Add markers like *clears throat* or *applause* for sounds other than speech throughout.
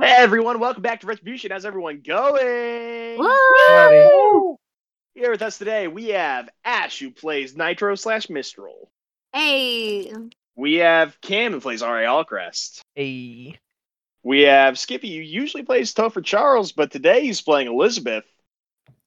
Hey everyone, welcome back to Retribution. How's everyone going? Woo! Here with us today, we have Ash, who plays Nitro slash Mistral. Hey. We have Cam, who plays Ari Allcrest. Hey. We have Skippy, who usually plays Topher Charles, but today he's playing Elizabeth.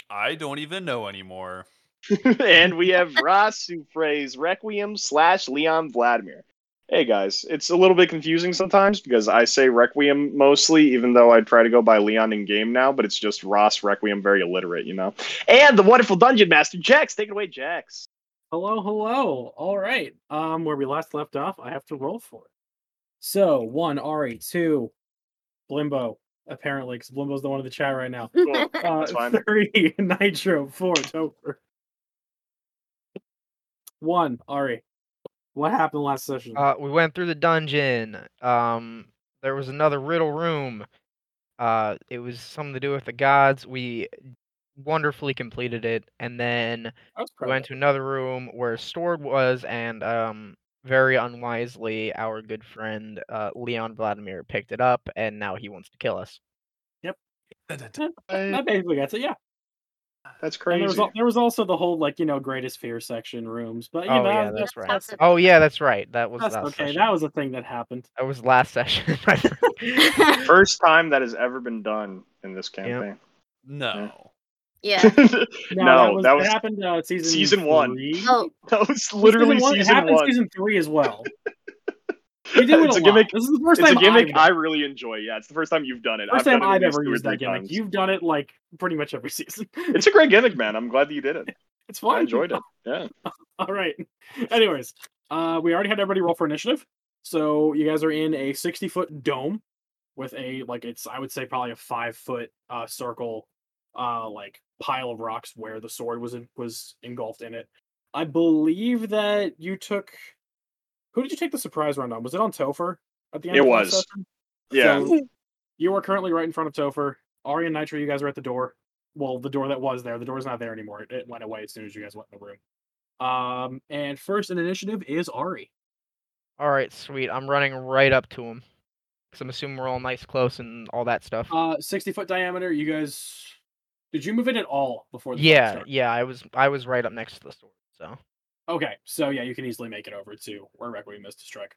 I don't even know anymore. *laughs* and we have Ross, who plays Requiem slash Leon Vladimir. Hey guys, it's a little bit confusing sometimes because I say Requiem mostly, even though I try to go by Leon in game now, but it's just Ross Requiem, very illiterate, you know. And the wonderful Dungeon Master, Jax. Take it away, Jax. Hello, hello. All right. Um, where we last left off, I have to roll for it. So one Ari, two Blimbo, apparently, because Blimbo's the one in the chat right now. *laughs* Cool. Uh, *laughs* That's fine. three *laughs* Nitro, four Topher. One Ari. What happened last session? Uh, we went through the dungeon. Um, there was another riddle room. Uh, it was something to do with the gods. We wonderfully completed it, and then I was we proud. went to another room where Stord was, and um, very unwisely, our good friend uh, Leon Vladimir picked it up, and now he wants to kill us. *laughs* I basically got it. Yeah. That's And there was crazy. al- there was also the oh, like you know greatest fear section rooms, but you oh know yeah, that's, that's right. that's a- Oh yeah, that's right. That was that's last okay. session. That was a thing that happened. That was last *laughs* session. *laughs* I think. First time that has ever been done in this *laughs* campaign. No. *laughs* yeah. No, that that was happened uh, season season one. three? Oh, that was literally one, it season happened one. season three as well. *laughs* We do it it's a, a gimmick. Lot. This is the first It's a time gimmick I've, I really enjoy. Yeah, it's the first time you've done it. first I've, done time it at I've least ever two or used three that gimmick. times. You've done it like pretty much every *laughs* season. It's a great gimmick, man. I'm glad that you did it. it's fun. I enjoyed it. Yeah. All right. *laughs* Anyways, uh, we already had everybody roll for initiative, so you guys are in a sixty foot dome with a like it's I would say probably a five foot uh, circle uh, like pile of rocks where the sword was in, was engulfed in it. I believe that you took. Who did you take the surprise round on? Was it on Topher at the end? It of last was. session? Yeah. So you are currently right in front of Topher. Ari and Nitro, you guys are at the door. Well, the door that was there. The door's not there anymore. It, it went away as soon as you guys went in the room. Um, and first in initiative is Ari. All right, sweet. I'm running right up to him. Cause I'm assuming we're all nice close and all that stuff. Uh, sixty foot diameter. You guys, did you move in at all before? The fight yeah, started? yeah. I was I was right up next to the sword. So Okay, so yeah, you can easily make it over to where Requiem missed to strike.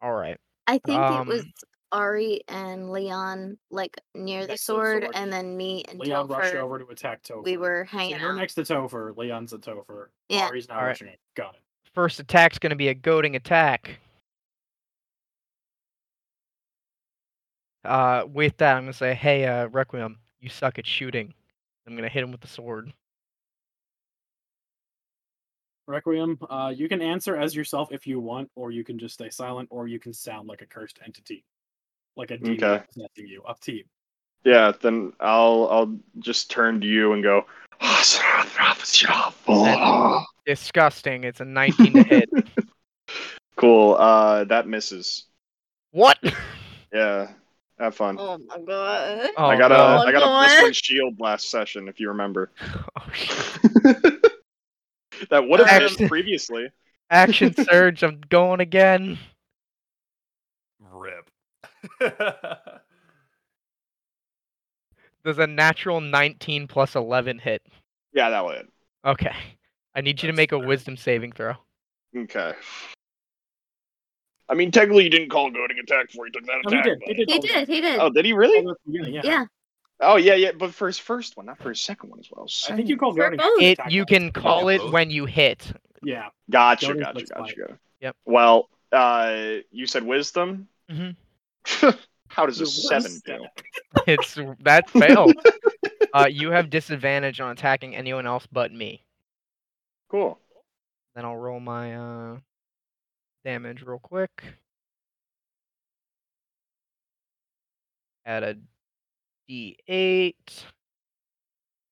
all right. I think it was Um, Ari and Leon like near the Next to the sword, sword. and then me and Leon rushed Topher, over to attack Topher. We were So hanging you're out. next to Topher. Leon's a Topher. Yeah. Ari's not All right. rushing. in. Got it. First attack's gonna be a goading attack. Uh, with that, I'm gonna say, hey, uh, Requiem, you suck at shooting. I'm gonna hit him with the sword. Requiem, uh, you can answer as yourself if you want, or you can just stay silent, or you can sound like a cursed entity, like a demon Okay. possessing you. Up to you. Yeah, then I'll I'll just turn to you and go. *laughs* Disgusting. It's a 19 to *laughs* hit. cool. Uh, that misses. *laughs* What? Yeah, have fun. Oh my god. Oh, I got a no. I got a plus Lord. one shield last session if you remember. Oh, shit. that would have missed Actually- previously. Action surge. I'm going again. Rip. *laughs* Uh, There's a natural 19 plus 11 hit. Yeah, that would. Okay. I need you to That's make a fair. wisdom saving throw. Okay. I mean, technically, you didn't call a goading attack before you took that No, he attack. did. He but- did. He all that. did. He did. Oh, did he really? All that from the beginning, yeah. yeah. Oh yeah, yeah. But for his first one, not for his second one as well. I think you called For Guardian. both. It Attack you rolls. can call it both? when you hit. Yeah. Gotcha, Goading gotcha, looks gotcha, like- gotcha. Yep. Well, uh, you said wisdom. Mhm. How does a Your seven worst do? It's that failed. uh, you have disadvantage on attacking anyone else but me. Cool. Then I'll roll my uh, damage real quick. Add a d8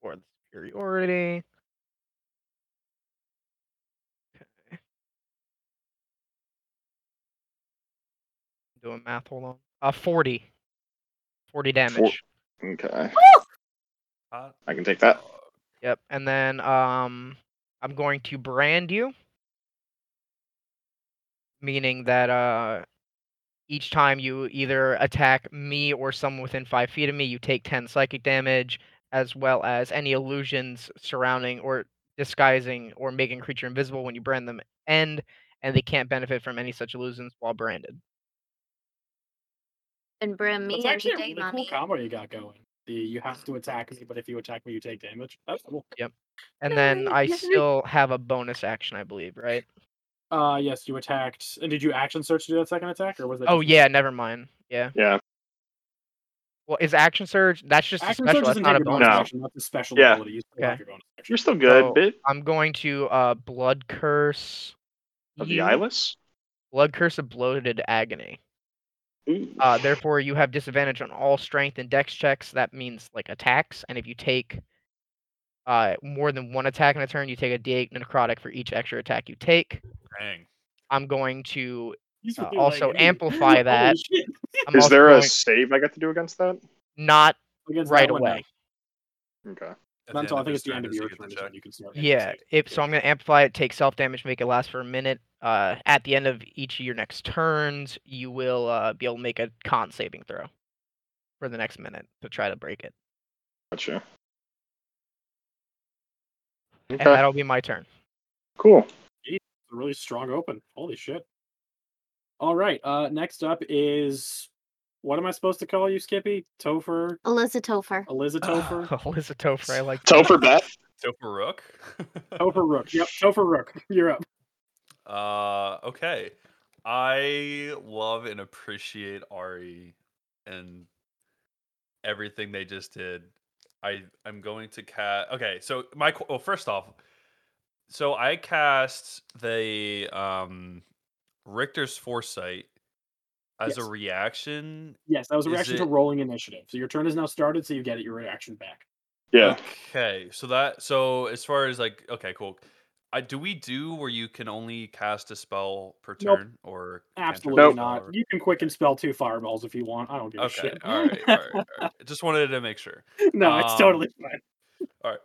for the superiority. Okay. Doing math, hold on. Uh, 40. 40 damage. Okay, Hot I can take that. dog. Yep. And then um I'm going to brand you. Meaning that uh Each time you either attack me or someone within five feet of me, you take 10 psychic damage, as well as any illusions surrounding or disguising or making creature invisible when you brand them end, and they can't benefit from any such illusions while branded. And Brim, me That's and actually you a take really cool money. combo you got going. The you have to attack me, but if you attack me, you take damage. That's cool. And then *laughs* Nice, I nice. still have a bonus action, I believe, right? Uh, yes, you attacked. And did you action search to do that second attack, or was that? Oh just- yeah, never mind. Yeah. Yeah. Well, is action surge? That's just a action special. search That's doesn't not a take your bonus bonus. No. action. That's a special Yeah. ability. You still have Okay. your bonus action. You're still good, So- bit I'm going to uh blood curse. of you, the eyeless. Blood curse of bloated agony. Ooh. Uh, therefore, you have disadvantage on all strength and dex checks. That means like attacks, and if you take uh more than one attack in a turn, you take a d8 necrotic for each extra attack you take. Dang. I'm going to. He's Uh, really also like, amplify *laughs* holy that. shit, I'm Is also there a going save I got to do against that? not against that right one, no. away? Okay. At Not the until I end think his it's the turn, end of does he your get the turn. is check? when You can start. making Yeah, saves. if so I'm gonna amplify it, take self damage, make it last for a minute. Uh, at the end of each of your next turns, you will uh, be able to make a con saving throw for the next minute to try to break it, Gotcha. and Okay. that'll be my turn. *laughs* cool. a really strong open. Holy shit. All right. Uh next up is what am I supposed to call you, Skippy? Topher? Eliza Topher. *sighs* Eliza Topher? Liz Oh, Topher, I like. Topher Beth. Topher Rook. *laughs* Topher Rook. Yep, Topher Rook. *laughs* You're up. Uh, okay. I love and appreciate Ari and everything they just did. I I'm going to cast. Okay, so my qu- well, first off, so I cast the um Richter's foresight as Yes. a reaction. Yes, that was a Is reaction to it- rolling initiative. So your turn is now started, so you get it your reaction back. Yeah. Okay, so that so as far as like okay, cool. I, do we do where you can only cast a spell per Nope. turn or cantrip Absolutely spell not. or- You can quick and spell two fireballs if you want. I don't give a Okay. shit. All right. All right. All *laughs* right. Just wanted to make sure. *laughs* no, it's Um, totally fine. all right.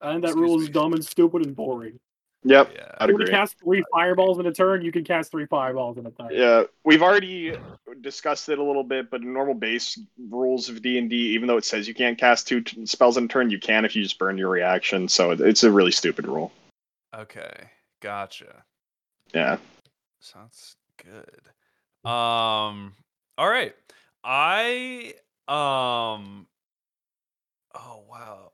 And that excuse rule is me. dumb and stupid and boring. Yep. Yeah. I'd You agree. can cast three fireballs in a turn, you can cast three fireballs in a turn. Yeah, we've already discussed it a little bit, but in normal base rules of D and D, even though it says you can't cast two t- spells in a turn, you can if you just burn your reaction. So it- it's a really stupid rule. Okay. Gotcha. Yeah. Sounds good. Um. All right. I um. Oh wow.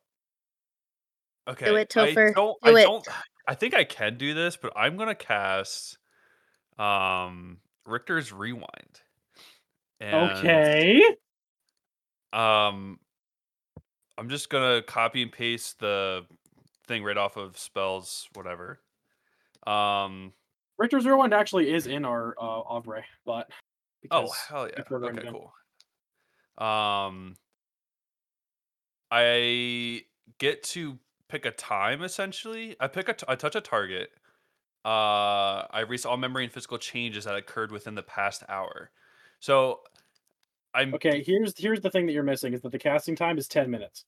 it, Okay. I Topher. don't. Do I it. don't. I think I can do this, but I'm gonna cast, um, Richter's Rewind. And Okay. Um, I'm just gonna copy and paste the thing right off of spells, whatever. Um, Richter's Rewind actually is in our uh, Ombre, but oh because hell yeah, we're going okay, down. cool. Um, I get to pick a time essentially. I pick a t- I touch a target. Uh, I erase all memory and physical changes that occurred within the past hour. So, I'm Okay, here's here's the thing that you're missing is that the casting time is ten minutes.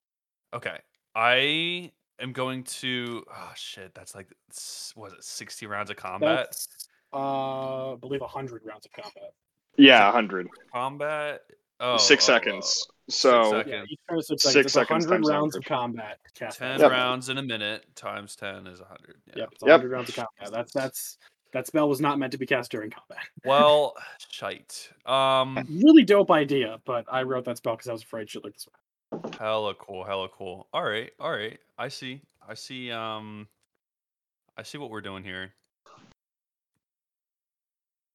Okay. I am going to oh shit, that's like s- was it 60 rounds of combat? That's uh I believe hundred rounds of combat. Yeah, hundred. Combat. Oh, Six oh, oh, seconds. So seconds. Yeah, Second. each turn is six Six seconds. It's seconds hundred times rounds of 100. combat. Cast 10 Yep. rounds in a minute times 10 is 100. Yeah. Yep, it's Yep. hundred rounds of combat. That's that's that spell was not meant to be cast during combat. Well, shite. Um Really dope idea, but I wrote that spell because I was afraid shit like this. would hella cool, hella cool. All right. All right. I see. I see um I see what we're doing here.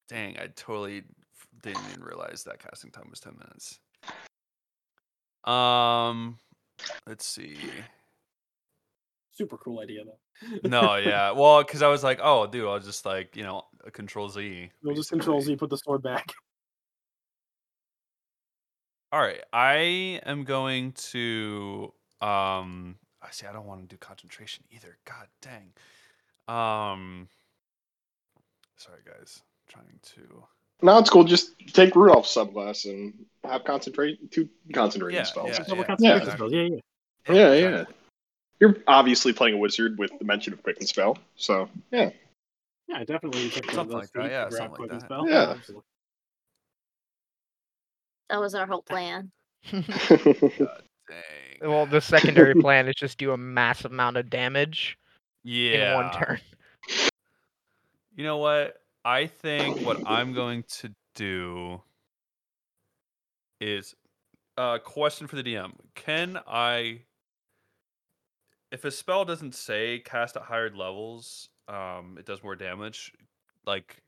Dang, I totally f- didn't even realize that casting time was 10 minutes. Um, let's see. Super cool idea though. *laughs* No, yeah. Well, because I was like, oh, dude, I'll just like, you know, uh, control Z. You'll just control Z, basically. put the sword back. All right. I am going to, um, I see, I don't want to do concentration either. God dang. Um, sorry, guys. Trying to. no, it's cool. Just take Rudolph's subclass and have concentrate two concentrating Yeah, spells. yeah. Double concentration exactly. spells, yeah, Yeah, yeah. exactly. You're obviously playing a wizard with the mention of quicken spell. So yeah, Yeah, definitely. you took the- Something the like that, feat to yeah, grab something like quick and that. spell. Yeah. absolutely. That was our whole plan. Dang. *laughs* well, the secondary plan is just do a massive amount of damage Yeah. in one turn. *laughs* You know what? I think what I'm going to do is a uh, question for the DM. Can I, if a spell doesn't say cast at higher levels, um, it does more damage. Like,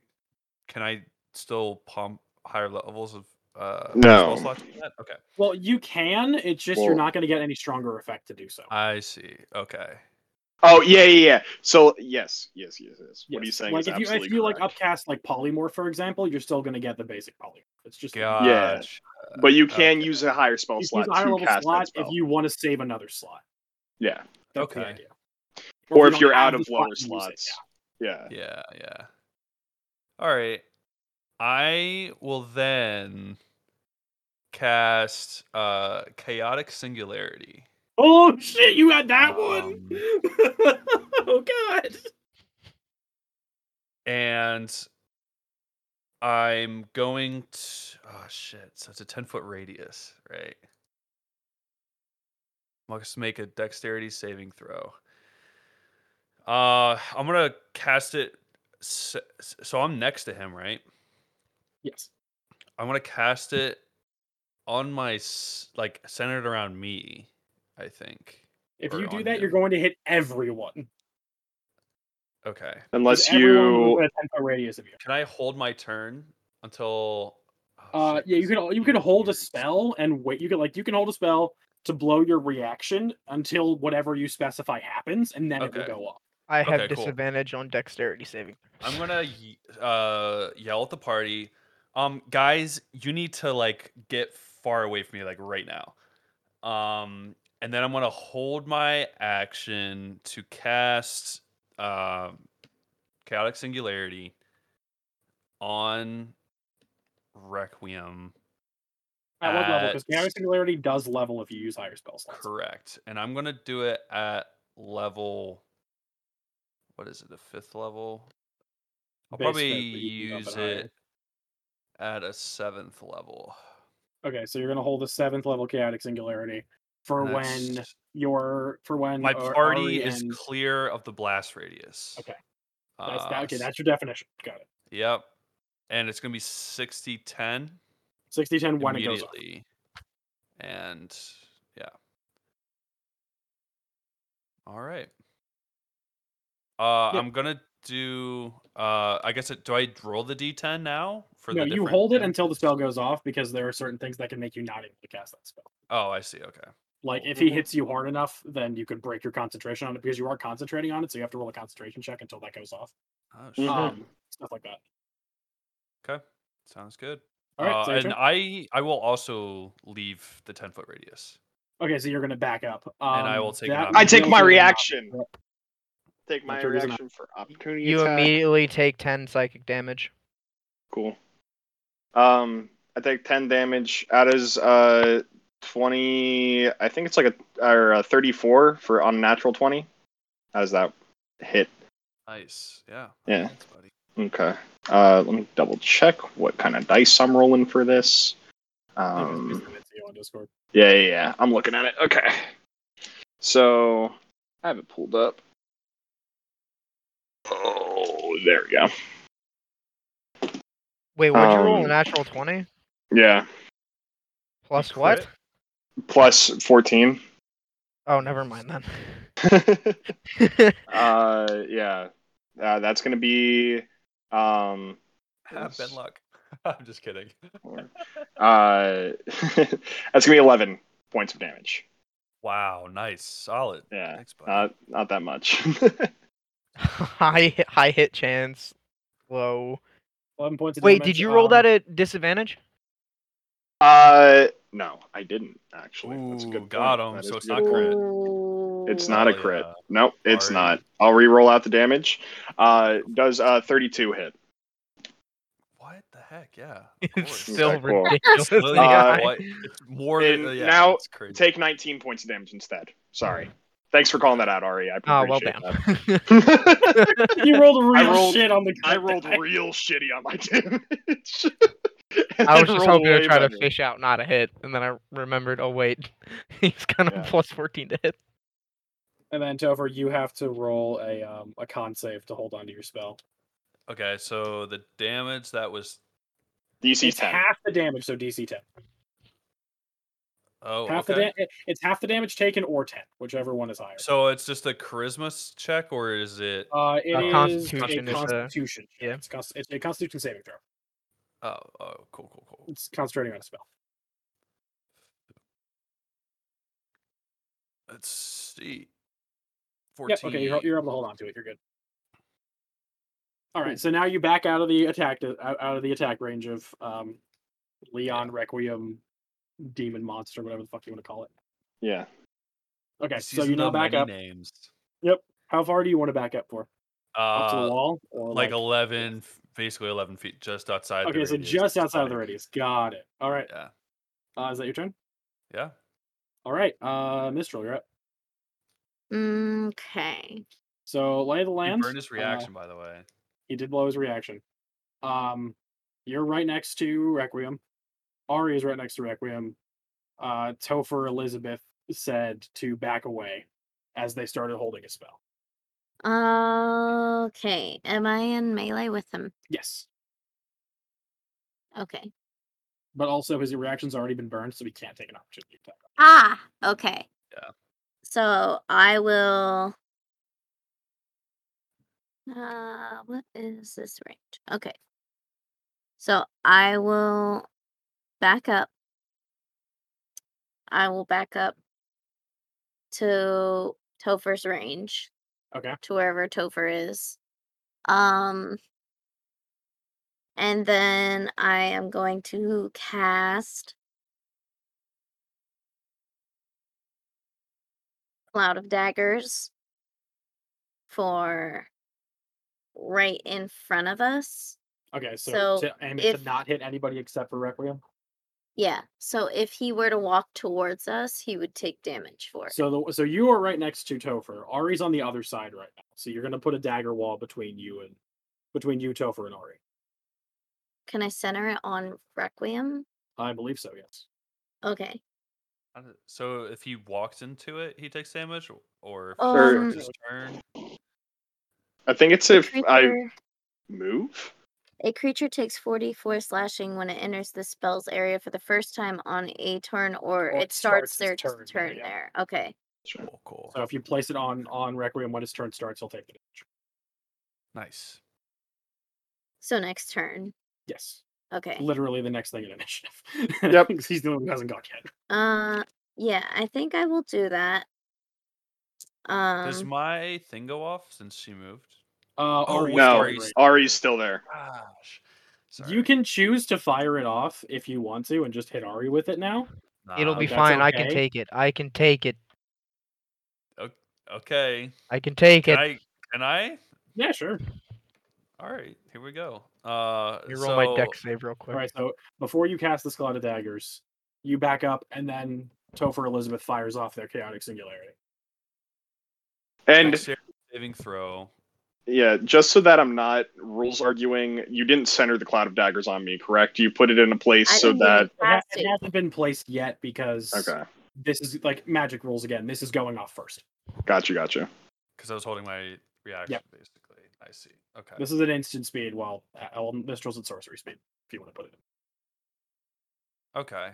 can I still pump higher levels of uh, No. spell slots? in that? Okay. Well, you can. It's just you're Well- Uh, not going to get any stronger effect to do so. I see. Okay. oh yeah, yeah, yeah. So yes, yes, yes, yes. What are you Yes. saying? Like is if you absolutely if you like correct. upcast like polymorph for example, you're still going to get the basic polymorph. It's just Gosh. but you can okay. use a higher spell you can slot use a higher to level cast slot that spell. if you want to save another slot. yeah, That's the Okay. idea. or you if don't you're have out the of slot, lower you use it, slots. Yeah. Yeah, yeah. All right. I will then cast uh chaotic singularity. yeah. Oh shit! You had that one. Um, *laughs* oh god. And I'm going to oh shit. So it's a 10 foot radius, right? Must make a dexterity saving throw. Uh I'm gonna cast it s- s- so I'm next to him, right? Yes. I'm gonna cast it on my s- like centered around me. I think. If Or you do on that, you're him. going to hit everyone. Okay. Unless Everyone you within a ten foot radius of you. Can I hold my turn until? oh, Uh, shit, yeah, you this can is you can hold a weird. spell and wait. You can like you can hold a spell to blow your reaction until whatever you specify happens, and then it Okay. will go up. I have Okay, cool. disadvantage on dexterity saving. I'm gonna ye- uh, yell at the party. Um, guys, you need to like get far away from me, like right now. Um, and then I'm gonna hold my action to cast um, chaotic singularity on Requiem. At what level? At- Because chaotic singularity does level if you use higher spell slots. Correct. And I'm gonna do it at level. What is it? The fifth level. I'll Base probably fit, but you can bump use higher. it at a seventh level. Okay, so you're gonna hold a seventh level chaotic singularity for And when that's- your for when my Ar- party Ari is and- clear of the blast radius. Okay. that's, Uh, that, okay, s- that's your definition. Got it. Yep. And it's gonna be 60 10 Sixty ten when it goes. Off. immediately. And yeah. All right. Uh, Yeah. I'm gonna do. Uh, I guess it, do I roll the d10 now for No, the? you different hold it damage? until the spell goes off because there are certain things that can make you not able to cast that spell. Oh, I see. Okay. Like if he Mm-hmm. Mhm. hits you hard enough, then you could break your concentration on it because you are concentrating on it, so you have to roll a concentration check until that goes off. Oh, shit. Mhm. Um, stuff like that. okay. Sounds good. All right, Uh, so your and turn. I I will also leave the 10 foot radius. okay, so you're gonna back up. Um, And I will take an that opportunity- I take my deals with an op- reaction. Yep. Take my Okay, there's an reaction for opportunity You attack. immediately take ten psychic damage. Cool. Um, I take ten damage. That is uh twenty. I think it's like a or a thirty-four for unnatural twenty. How's that hit? Nice. Yeah. Yeah. Thanks, buddy. *laughs* Okay. Uh, let me double check what kind of dice I'm rolling for this. I think Um, it's based on it, so you on Discord. yeah, yeah, yeah. I'm looking at it. Okay. So I have it pulled up. Oh, there we go. Wait, what'd you roll? A Um, natural twenty Yeah, plus crit? what? plus fourteen. Oh, never mind then. Uh, yeah, uh, that's gonna be um, Ah, Bad Yes. luck. *laughs* I'm just kidding. uh, *laughs* that's gonna be eleven points of damage. Wow. Nice. Solid. Yeah, Uh, Thanks, buddy. not not that much. *laughs* *laughs* high high hit chance, low. Eleven points. of Wait, damage, did you roll um, that at disadvantage? uh, no, I didn't actually. that's a Ooh, good. got point. him, That so is a it's good not crit. point. It's not a Hell crit. yeah. Nope, it's Sorry. not. I'll re-roll out the damage. Uh, does uh 32 hit? What the heck? Yeah. of *laughs* It's course. *laughs* still Okay, cool. *laughs* ridiculous. Literally, Uh, Oh, what- It's more than it- yeah, now it's crazy. Take 19 points of damage instead. Sorry. Thanks for calling that out, Ari. I Oh appreciate well, damn. that. *laughs* *laughs* You rolled real rolled- shit on the. I rolled guy. real shitty on my *laughs* damage. *laughs* I was and just roll hoping to way try to better. fish out not a hit, and then I remembered. Oh wait, *laughs* he's kind of Yeah. plus fourteen to hit. And then Tover, you have to roll a um a con save to hold on to your spell. Okay, so the damage that was DC It's 10. half the damage, so DC ten. oh half okay. the da- it- it's half the damage taken or ten, whichever one is higher. So it's just a charisma s- check, or is it? uh, it Uh, is Constitution a is the- Constitution. check. yeah. it's, const- it's a Constitution saving throw. Uh, Oh, oh, cool, cool, cool. It's concentrating on a spell. Let's see. Yeah, Fourteen. okay, you're, you're able to hold on to it. You're good. All right, so now you back out of the attack di- out out of the attack range of um, Leon Requiem, demon monster, whatever the fuck you want to call it. Yeah. Okay, so Season you now of back many up. Names. How far do you want to back up for? Up to the Uh, wall or like eleven, f- basically eleven feet, just outside. Okay, the so radius. just outside of the Fine. radius. Got it. All right. Yeah, Uh, is that your turn? yeah. All right, uh, Mistral, you're up. Okay. So lay of the land. He burned his uh, reaction, by the way. he did blow his reaction. Um, you're right next to Requiem. Ari is right next to Requiem. Uh, Topher Elizabeth said to back away as they started holding a spell. Okay. Am I in melee with him? Yes, Okay. but also his reaction's already been burned, so he can't take an opportunity attack. Ah, okay. Yeah. So I will. Uh, what is this range? Okay. So I will back up. I will back up to Topher's range. Okay. To wherever Topher is. Um. And then I am going to cast cloud of daggers for right in front of us. Okay, so, So to aim it if- to not hit anybody except for Requiem. Yeah. So if he were to walk towards us, he would take damage for it. So the so you are right next to Topher. Ari's on the other side right now, so you're gonna put a dagger wall between you and between you, Topher, and Ari. Can I center it on Requiem? I believe so. Yes. Okay. How did- So if he walks into it, he takes damage, or- or if he Or- starts his turn. I think it's A if I creature, move. a creature takes 44 slashing when it enters the spell's area for the first time on a turn or, Or it it starts, starts its their t- turn, turn, yeah. there. Okay. Sure. Cool, Oh, cool. So if you place it on on Requiem when his turn starts, he'll take the damage. Nice. So next turn. Yes, Okay. literally the next thing in initiative. Yep. *laughs* 'Cause he's the one who hasn't got yet. Uh yeah, I think I will do that. Um Does my thing go off since she moved? Uh, Oh, Ari's no, turn, Ari's- right? Ari's still there. Gosh. you can choose to fire it off if you want to and just hit Ari with it now. It'll Nah, be that's fine. I can okay. take it. I can take it. Okay. I can take Can it. I? Can I? Yeah, sure. All right. Here we go. Uh, You roll my so- deck save real quick. All right. So before you cast this cloud of daggers, you back up and then Topher Elizabeth fires off their chaotic singularity. And dexterity saving throw. yeah, just so that I'm not rules arguing, you didn't center the cloud of daggers on me, correct? You put it in a place I so didn't even that. It, ha- cast it it. hasn't been placed yet because Okay. this is like magic rules again. This is going off first. Gotcha, gotcha. Because I was holding my reaction basically. I see. Okay. This is an instant speed, while uh, well, Mistral's at sorcery speed, if you want to put it. in. Okay.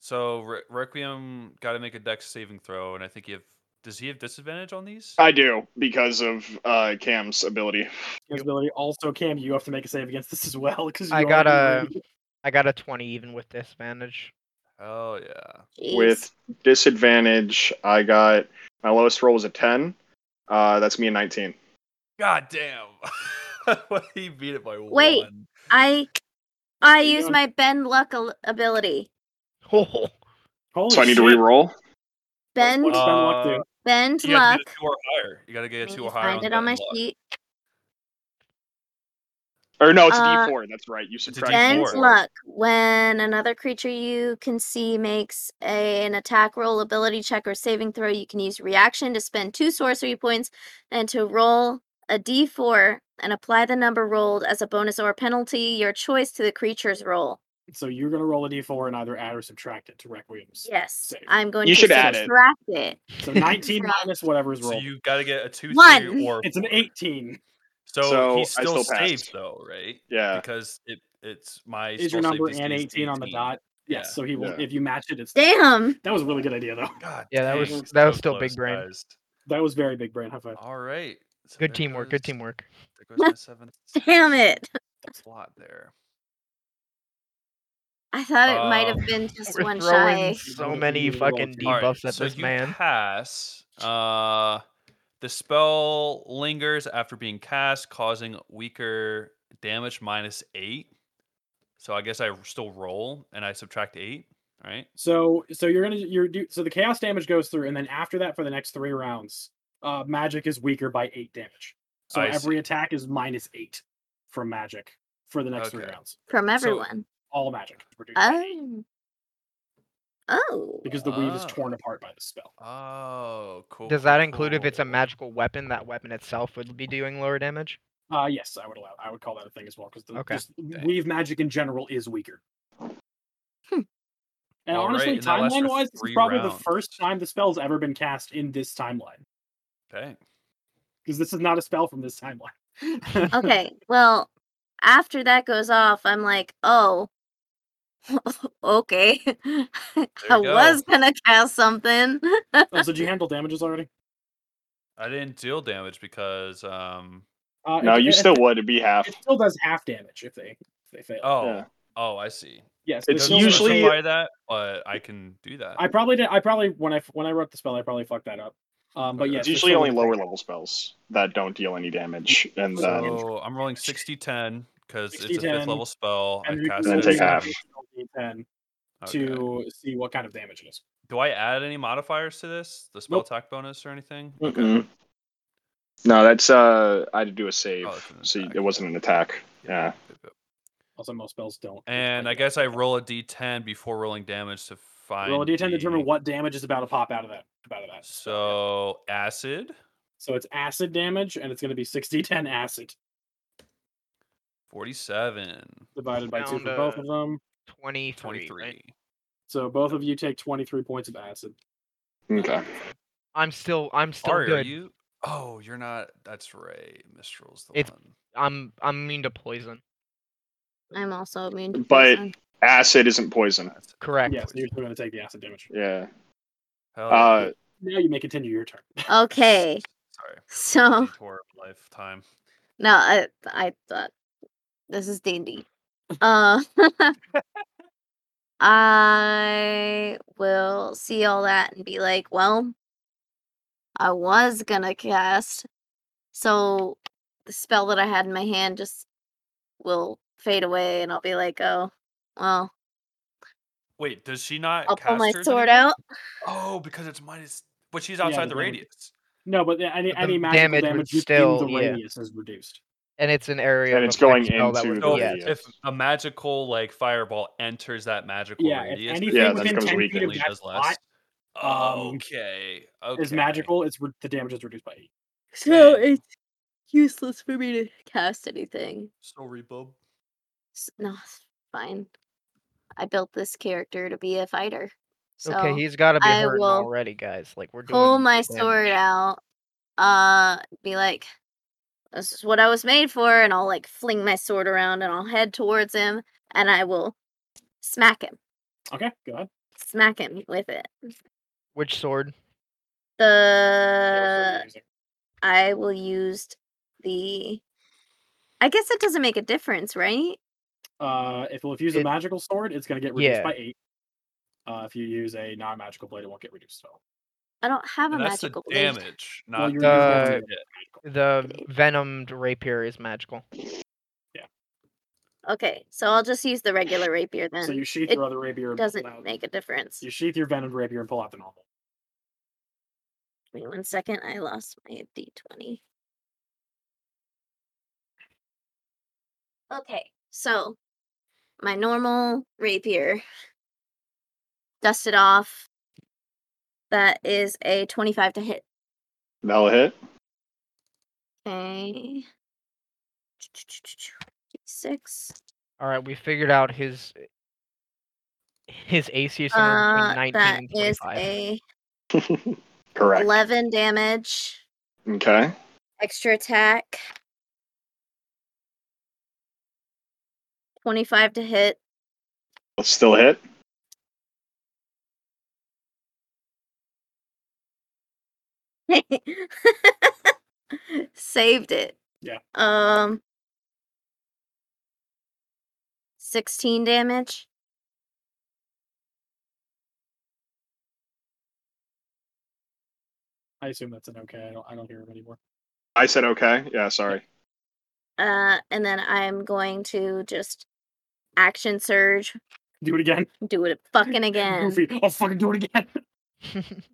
So Re- Requiem got to make a dex saving throw, and I think you have. Does he have disadvantage on these? I do because of uh, Cam's ability. His ability. Also, Cam, you have to make a save against this as well because I got a. I got a twenty even with disadvantage. Oh yeah. Jeez. With disadvantage, I got my lowest roll was a 10. Uh, that's me a 19. God *laughs* damn. Well, he beat it by Wait. one. I I you use doing? my bend luck al- ability. Oh, Holy so I need shit. to re-roll. Bend What's Uh, Ben luck do? bend You gotta luck. get a two or higher. You gotta Let get a me two or higher. find on it on my that luck. sheet. Or no, it's a Uh, D4. That's right. You a subtract D4. Bend D4. luck. When another creature you can see makes a, an attack roll, ability check, or saving throw, you can use reaction to spend two sorcery points and to roll a d4 and apply the number rolled as a bonus or penalty, your choice, to the creature's roll. So you're gonna roll a d4 and either add or subtract it to Requiem's. Yes, Save. I'm going You to should add it. subtract it. So 19 Right. minus whatever is So rolled. you got to get a two, One. three, or It's an four. 18. So, So I he's still, still passed. saved though, right? Yeah. Because it it's my Is your spell number save DC and is 18, on the dot? Yes. Yeah. So he will. Yeah. If you match it, it's Damn. *laughs* that was a really good idea though. *laughs* God. Yeah, that dang, was- that was so still big close, brain. guys. That was very big brain. High five. All right. So Good there teamwork. Good goes- teamwork. There goes my seventh. *laughs* Damn it. Slot there. I thought it might have Um, Uh, been just We're one throwing shy. so many Roll fucking two. All All right, debuffs at so this you man. pass. Uh, the spell lingers after being cast, causing weaker damage minus eight. So I guess I still roll and I subtract eight, right? So so you're gonna you're do so the chaos damage goes through, and then after that for the next three rounds, uh, magic is weaker by eight damage. So I every attack is minus eight from magic for the next three Okay. rounds. From everyone. All magic. reduced. Oh. Oh. Because the weave is Ah. torn apart by the spell. Oh, cool. Does cool, that include if cool. it's a magical weapon, that weapon itself would be doing lower damage? Uh, yes, I would allow. I would call that a thing as well because the Okay. just weave magic in general is weaker. Hmm. And All right, honestly, and that lasts for timeline wise, it's three probably rounds. the first time the spell's ever been cast in this timeline Dang. because this is not a spell from *laughs* this timeline. Okay. Well, after that goes off, I'm like, oh. *laughs* okay. *laughs* I you go. was gonna cast something. oh, so did you handle damages already? I didn't deal damage because um Uh, No, it- you it- still would. It'd be half. It still does half damage if they if they fail. oh Yeah. oh I see. yes, It there's It's still- doesn't usually- specify that, but I can do that. I probably did. I probably when I f- when I wrote the spell, I probably fucked that up. Um, but Okay. yes, It's there's usually still only a- lower level spells that don't deal any damage, and um, then so I'm rolling 60 10 because it's a 60, 10, fifth level spell. I and you cast can then it. take roll half. a D10 Okay. to see what kind of damage it is. Do I add any modifiers to this? The spell Nope. attack bonus or anything? Mm-mm. No, that's uh, I had to do a save, Oh, it's an so attack, it wasn't an attack. Yeah. Also, most spells don't. And I guess I roll a d10 before rolling damage to find. roll a d10 to determine the- what damage is about to pop out of that. Out of *laughs* that. So acid so it's acid damage, and it's going to be six d10 acid 47, divided by two Down for both to- of them. 23. 23. right? So both of you take 23 points of acid. Okay. I'm still I'm still Ari, are good. you? Oh, you're not. That's right. Mistral's the It's- one. I'm I'm immune to poison. I'm also immune to But- poison. Acid isn't poison. That's- *laughs* Correct. Yes, you're still going to take the acid damage. Yeah. Hell yeah. Uh, Now you may continue your turn. *laughs* Okay. Oh. Sorry. So Detour of lifetime. no, I I thought this is dandy. Uh *laughs* I will see all that and be like, well, I was gonna cast. So the spell that I had in my hand just will fade away and I'll be like, oh well, Wait, does she not? I'll pull my cast hers sword anymore? out. Oh, because it's minus. But she's Yeah, outside the the damage. radius. No, but the- any But the any magical damage damage, would within still- the yeah. radius is reduced. And it's an area And of it's effect going spell that into would- the So yeah. radius. if a magical like fireball enters that magical Yeah, if radius, anything Yeah, that then within becomes 10 feet of significantly that does spot, less. um, okay, okay. Is magical. It's re- the damage is reduced by eight. So Dang. it's useless for me to cast anything. Sorry, bub. S- No, it's fine. I built this character to be a fighter. So Okay, he's got to be I hurting will already, guys. Like we're doing pull my damage. sword out, uh, be like, this is what I was made for, and I'll like fling my sword around and I'll head towards him and I will smack him. Okay, go ahead. Smack him with it. Which sword? The Whatever sword you're using. I will use the I guess it doesn't make a difference, right? Uh, if, well, if you use a It- magical sword, it's going to get reduced Yeah. by eight. Uh, if you use a non-magical blade, it won't get reduced at all. I don't have a And that's the magical blade. damage, Well, not you're the using Uh, The venomed rapier is magical. Okay, so I'll just use the regular rapier then. So you sheath it your other rapier. and pull doesn't out- make a difference. You sheath your venom rapier and pull out the normal. Wait one second, I lost my d20. Okay, so my normal rapier, dust it off. That is a 25 to hit. That'll hit. Okay. Six. All right, we figured out his his AC is somewhere Uh, between 19 that and is 25. a Correct. 11 damage. Okay. Extra attack. 25 to hit. Let's still hit. *laughs* Saved it. Yeah. Um 16 damage. I assume that's an okay. I don't. I don't hear him anymore. *laughs* I said okay. Yeah, sorry. Uh and then I'm going to just action surge, Do it again. *laughs* do it fucking again. Goofy. I'll fucking do it again. *laughs*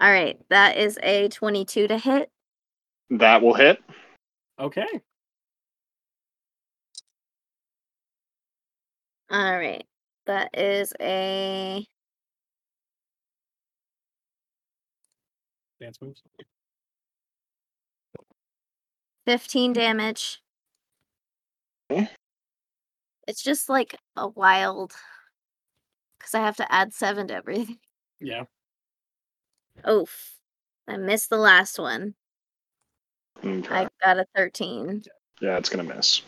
All right, that is a 22 to hit. That will hit. Okay. All right. That is a Dance moves. Mm. 15 damage. Okay. It's just like a wild because I have to add seven to everything. Yeah. Oof. I missed the last one. Okay. I got a 13. Mm, Yeah, it's gonna miss.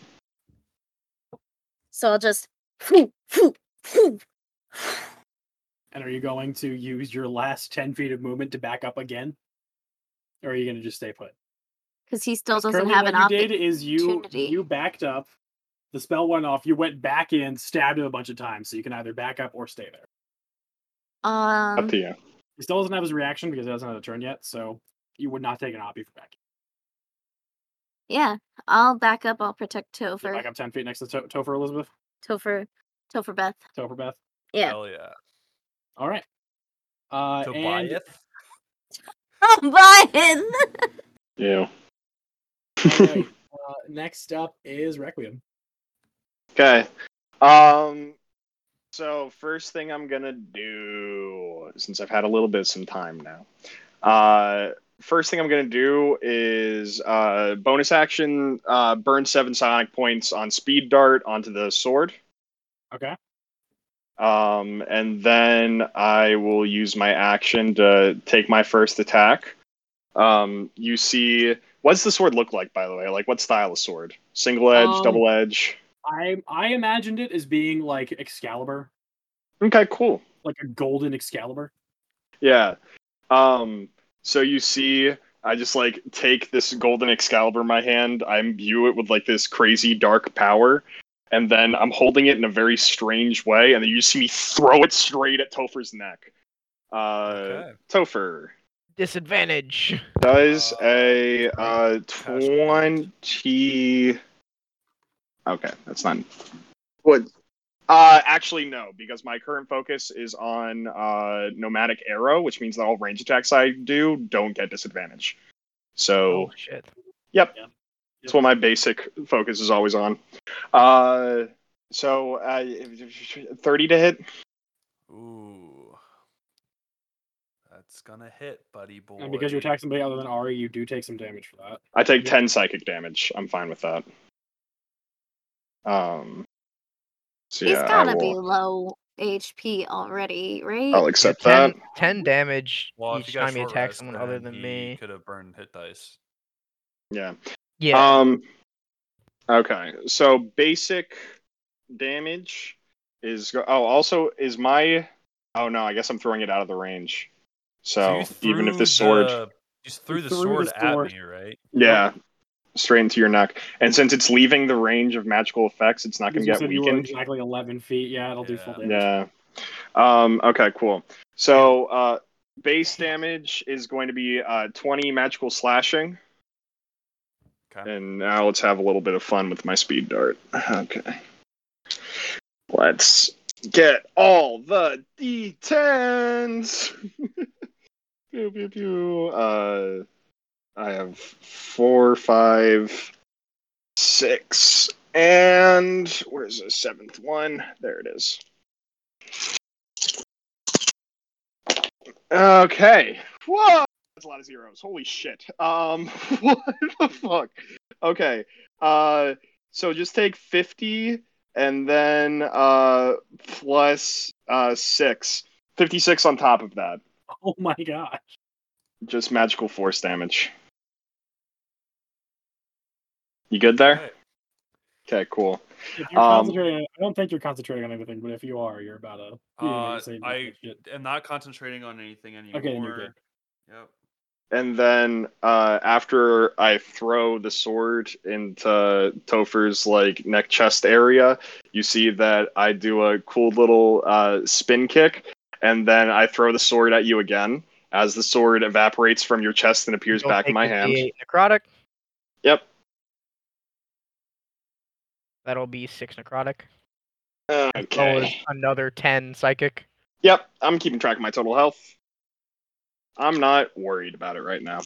So I'll just. Phew, phew, phew. And are you going to use your last ten feet of movement to back up again, or are you going to just stay put? Because he still doesn't Currently, have an what you option. did is you opportunity. you backed up. The spell went off. You went back in, stabbed him a bunch of times, so you can either back up or stay there. Um, Up to you. He still doesn't have his reaction because he hasn't had a turn yet, so you would not take an oppie for back. yeah, I'll back up. I'll protect You're Topher. Back up ten feet next to, to- Topher Elizabeth, Topher, Topher Beth. Topher Beth. Yeah. Hell yeah. All right. Uh, and, Tobias. Oh, *laughs* Brian! *laughs* You. *laughs* all right, uh, next up is Requiem. Okay. Um so first thing I'm gonna do since I've had a little bit some time now. Uh first thing I'm gonna do is uh bonus action uh burn seven sonic points on speed dart onto the sword. Okay. Um and then I will use my action to take my first attack. Um you see what's the sword look like by the way? Like what style of sword? Single edge, Um, double edge? I I imagined it as being like Excalibur, Okay, cool. like a golden Excalibur. Yeah. Um, so you see, I just like take this golden Excalibur in my hand, I imbue it with like this crazy dark power, and then I'm holding it in a very strange way, and then you see me throw it straight at Topher's neck. Uh, Okay. Topher *laughs* Disadvantage. does a Uh, uh, gosh. 20. Okay, that's not. What? Uh, actually, no, because my current focus is on uh, Nomadic Arrow, which means that all range attacks I do don't get disadvantage. So Oh shit. that's what my basic focus is always on. Uh, so uh, 30 to hit. Uh, Ooh. That's gonna hit, buddy boy. And because you attack somebody other than Ari, you do take some damage for that. I take 10 psychic damage. I'm fine with that. Um, so He's yeah, I gotta be will- low HP already, right? I'll Yeah, accept 10, that. 10 damage Well, if each you got time he short attacks rest, someone other then than he me. Could have burned hit dice. Yeah. Yeah. Um. Okay. So basic damage is go- oh also is my oh no I guess I'm thring it out of the range. So, you even if threw this sword the- you just threw the threw the sword at sword. me, right? yeah straight into your neck and since it's leaving the range of magical effects it's not going Because to get you said you were weakened. exactly 11 feet. Yeah, it'll do full Yeah. damage. Yeah. Um okay cool. So uh base damage is going to be uh 20 magical slashing Okay. and now let's have a little bit of fun with my speed dart. *sighs* Okay. Let's get all the d10s. *laughs* pew, pew, pew. Uh, I have four, five, six, and where's the seventh one? There it is. Okay. Whoa, That's a lot of zeros. Holy shit. Um, *laughs* what the fuck? Okay. Uh, so just take 50 and then uh, plus uh, 6. 56 on top of that. *laughs* Oh my god. Just magical force damage. You good there? Okay. Okay, cool. If you're Um, concentrating, on- I don't think you're concentrating on anything, but if you are, you're about to. you're gonna Uh, say this I shit. am not concentrating on anything anymore. Okay, then you're Yep. And then uh, after I throw the sword into Topher's like neck chest area, you see that I do a cool little uh, spin kick, and then I throw the sword at you again. As the sword evaporates from your chest and appears You'll back in take my the hand. D8 Necrotic. Yep. That'll be six necrotic. As well as Okay. another ten psychic. Yep. I'm keeping track of my total health. I'm not worried about it right now.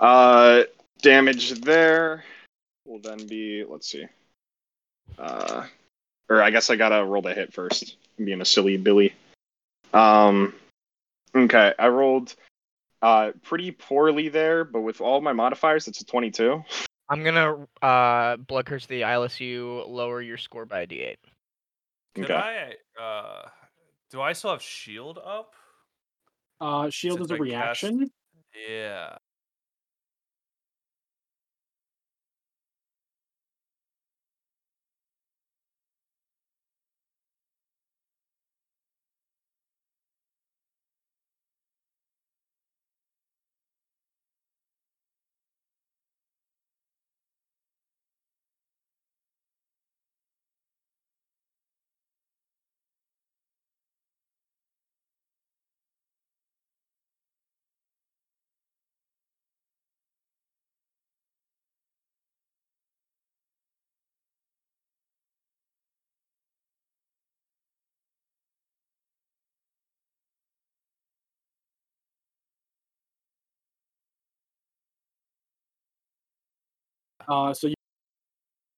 Uh, damage there will then be. Let's see. Uh, or I guess I gotta roll the hit first. I'm being a silly Billy. Um, okay, I rolled uh pretty poorly there, but with all my modifiers, it's a 22. I'm gonna uh blood curse the ILSU, lower your score by a d8. Can Okay. I? Uh, do I still have shield up? Uh, shield Since is a I cast- reaction. Yeah. Uh, so you,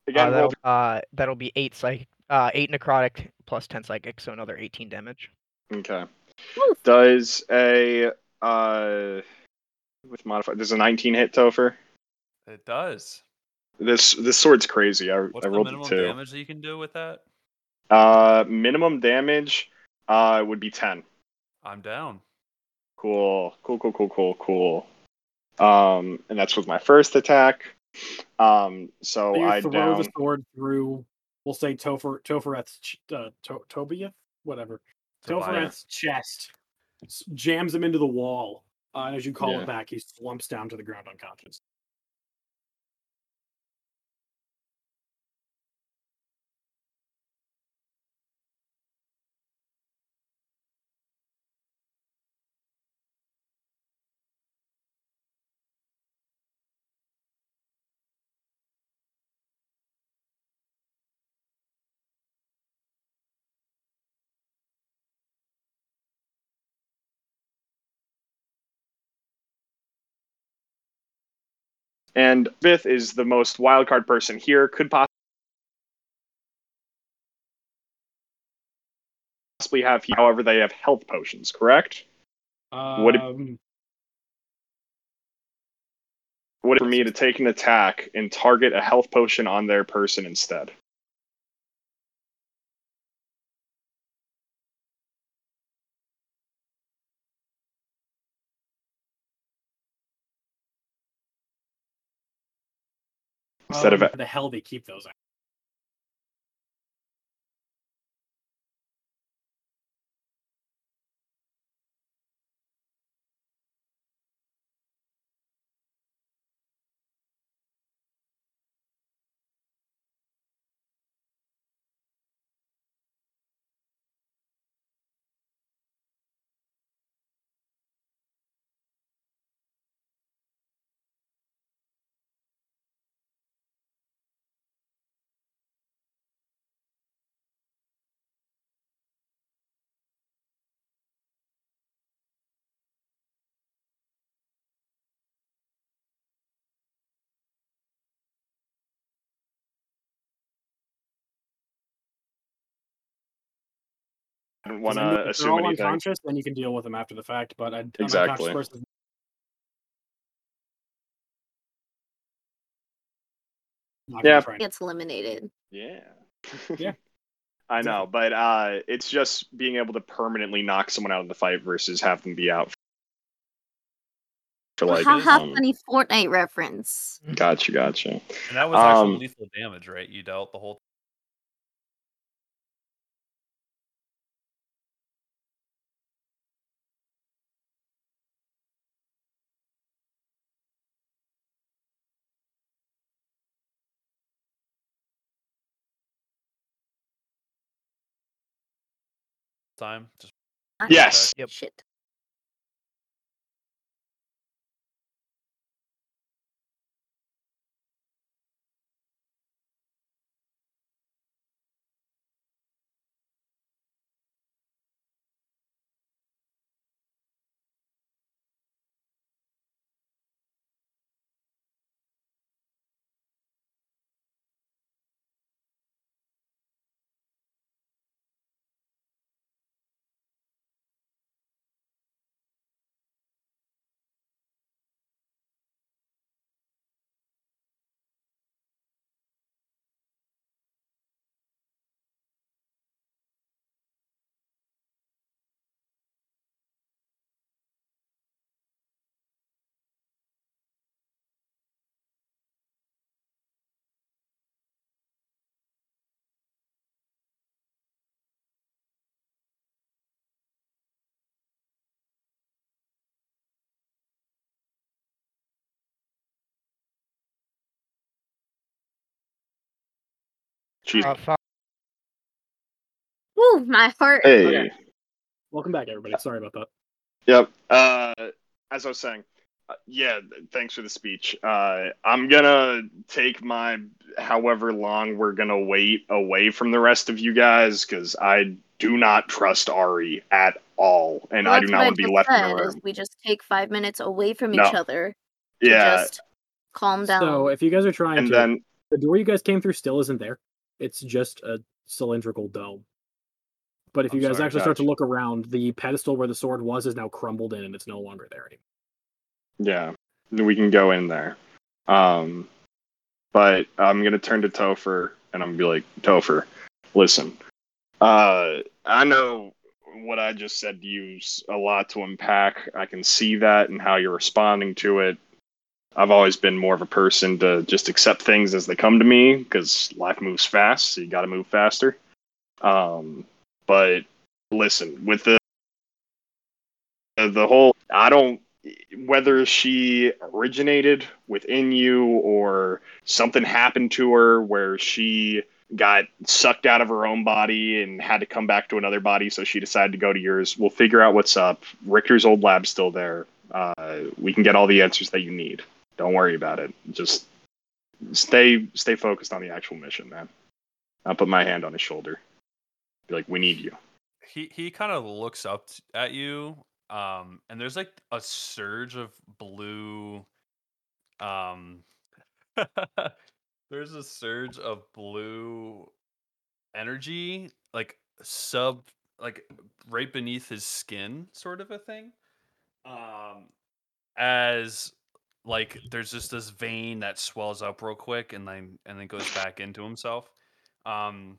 Again, Uh, roll that'll, uh, that'll be eight psych, uh, eight necrotic plus ten psychic, so another 18 damage. Okay. Woo. Does a uh with modifier does a 19 hit Topher? It does. This this sword's crazy. I, What's I the rolled a minimum two. damage that you can do with that? Uh, minimum damage uh would be 10. I'm down. Cool. Cool. Cool. Cool. Cool. Cool. Um, and that's with my first attack. Um, so you I throw down. the sword through. We'll say Topher Tophereth's ch- uh, to- Tobia, whatever. Tobiah. Tophereth's chest s- jams him into the wall, uh, and as you call Yeah. it back, he slumps down to the ground unconscious. And fifth is the most wild card person here. Could poss- possibly have, however, they have health potions, correct? What if- Um, Would it for me to take an attack and target a health potion on their person instead? Instead of um, the hell they keep those. At. I don't 'Cause want I mean, if to they're assume all anything. unconscious, then you can deal with them after the fact. But I, an unconscious Exactly. person Not gonna Yeah. try and- Gets eliminated. Yeah. Yeah. *laughs* I know, but uh, it's just being able to permanently knock someone out of the fight versus have them be out for like. Haha, um, funny Fortnite reference. gotcha, gotcha. And that was actually Um, lethal damage, right? You dealt the whole. Time. Just Not Yes. Yep. Shit. Jeez. Uh, fo- Woo, my heart. hey. okay. Welcome back, everybody. Sorry about that. Yep. Uh, as I was saying, uh, yeah. th- Thanks for the speech. Uh, I'm gonna take my however long we're gonna wait away from the rest of you guys because I do not trust Ari at all, and Well, I do that's not what want to be just left in the said, is room. We just take five minutes away from No. each other. To Yeah. Just calm down. So if you guys are trying And to, then the door you guys came through still isn't there. It's just a cylindrical dome. But if you I'm guys sorry, actually start to gotcha. look around, the pedestal where the sword was is now crumbled in, and it's no longer there anymore. Yeah, we can go in there. Um, but I'm gonna turn to Topher and I'm gonna be like, Topher, listen. Uh, I know what I just said to you's a lot to unpack. I can see that and how you're responding to it. I've always been more of a person to just accept things as they come to me because life moves fast, so you got to move faster. Um, but listen, with the the whole, I don't whether she originated within you or something happened to her where she got sucked out of her own body and had to come back to another body so she decided to go to yours we'll figure out what's up richter's old lab's still there uh, we can get all the answers that you need don't worry about it just stay stay focused on the actual mission man i'll put my hand on his shoulder be like we need you he he kind of looks up t- at you um and there's like a surge of blue um *laughs* there's a surge of blue energy like sub like right beneath his skin sort of a thing um as like there's just this vein that swells up real quick and then and then goes back into himself um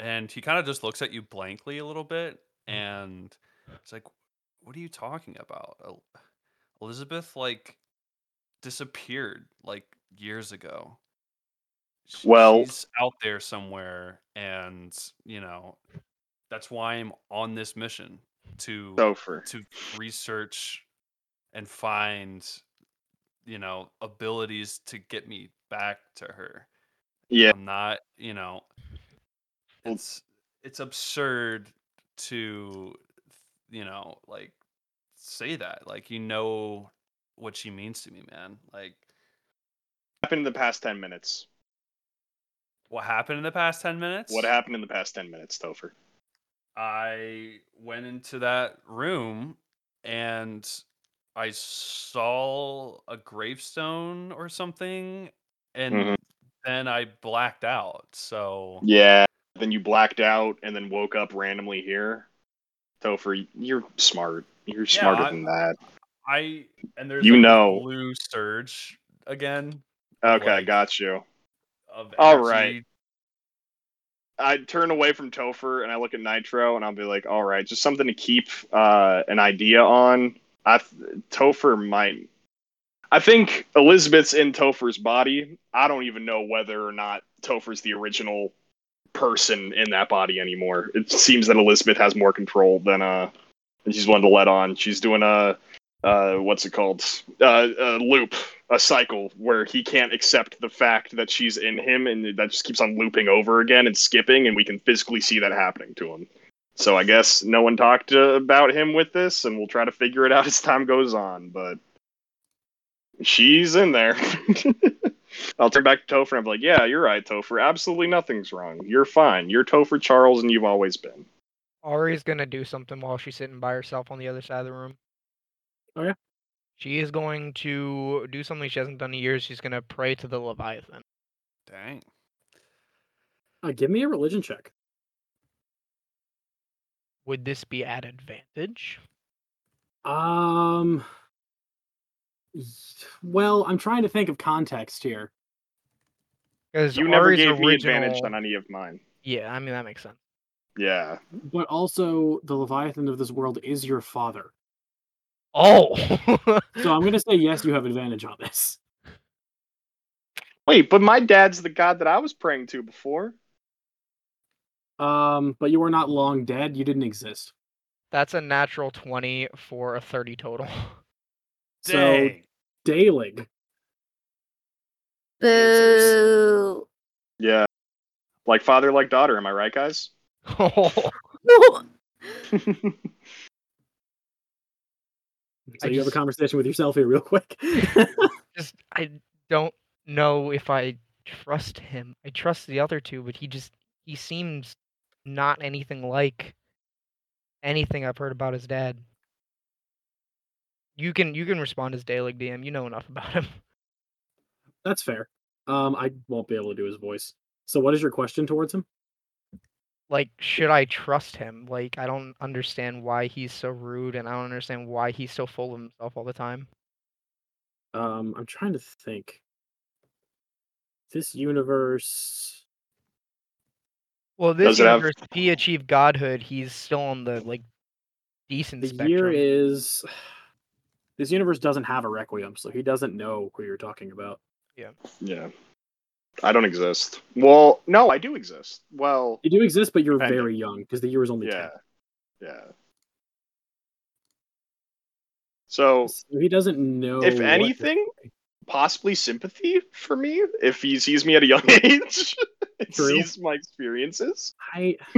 and he kind of just looks at you blankly a little bit and it's like what are you talking about El- elizabeth like disappeared like years ago Sh- Well- she's out there somewhere and you know that's why i'm on this mission to Topher. to research and find you know abilities to get me back to her yeah i'm not you know Well- it's it's absurd to you know like say that like you know what she means to me man like happened in the past 10 minutes what happened in the past 10 minutes what happened in the past 10 minutes Topher? I went into that room and I saw a gravestone or something, and Mhm. then I blacked out. So Yeah. Then you blacked out and then woke up randomly here. Topher, you're smart. You're Yeah, smarter I- than that. I and there's You like this know. blue surge again. Okay, like- got you. of All right. energy. I turn away from Topher and I look at Nitro and I'll be like, all right, just something to keep uh, an idea on. I th- Topher might. I think Elizabeth's in Topher's body. I don't even know whether or not Topher's the original person in that body anymore. It seems that Elizabeth has more control than uh, than she's willing to let on. She's doing a uh, what's it called? Uh, a loop, a cycle where he can't accept the fact that she's in him, and that just keeps on looping over again and skipping, and we can physically see that happening to him. So I guess no one talked uh, about him with this, and we'll try to figure it out *laughs* as time goes on. But she's in there. *laughs* I'll turn back to Topher and I'm like, "Yeah, you're right, Topher. Absolutely nothing's wrong. You're fine. You're Topher Charles, and you've always been." Ari's gonna do something while she's sitting by herself on the other side of the room. Oh, yeah? She is going to do something she hasn't done in years. She's gonna pray to the Leviathan. Dang. Uh, give me a religion check. Would this be at advantage? Um. y- Well, I'm trying to think of context here. Because You never gave me advantage on any of mine. Yeah, I mean that makes sense. Yeah, But also, the Leviathan of this world is your father. Oh, So I'm going to say, yes, you have advantage on this. Wait, but my dad's the god that I was praying to before. Um, but you are not long dead. You didn't exist. *laughs* that's a natural twenty for a thirty total. *laughs* So, Dang. Dalig. Boo. Yeah. Like father, like daughter. Am I right, *laughs* guys? Oh, *laughs* So I you have a just- conversation with yourself here, real quick. *laughs* just I don't know if I trust him. I trust the other two, but he just he seems not anything like anything I've heard about his dad. You can you can respond as Dalig DM. You know enough *laughs* about him. That's fair. Um, I won't be able to do his voice. So, what is your question towards him? Like, should I trust him? Like, I don't understand why he's so rude, and I don't understand why he's so full of himself all the time. Um, I'm trying to think. This universe. Well, this Does it have- universe, if he achieved godhood. He's still on the like decent The spectrum. year is. *sighs* This universe doesn't have a requiem, so he doesn't know who you're talking about. yeah. I don't exist. Well, no, I do exist. Well, You do exist, but you're Kinda. very young because the year is only yeah. 10. Yeah. So, So he doesn't know. if what- anything, possibly sympathy for me if he sees me at a young age, *laughs* and True. sees my experiences. I. *laughs*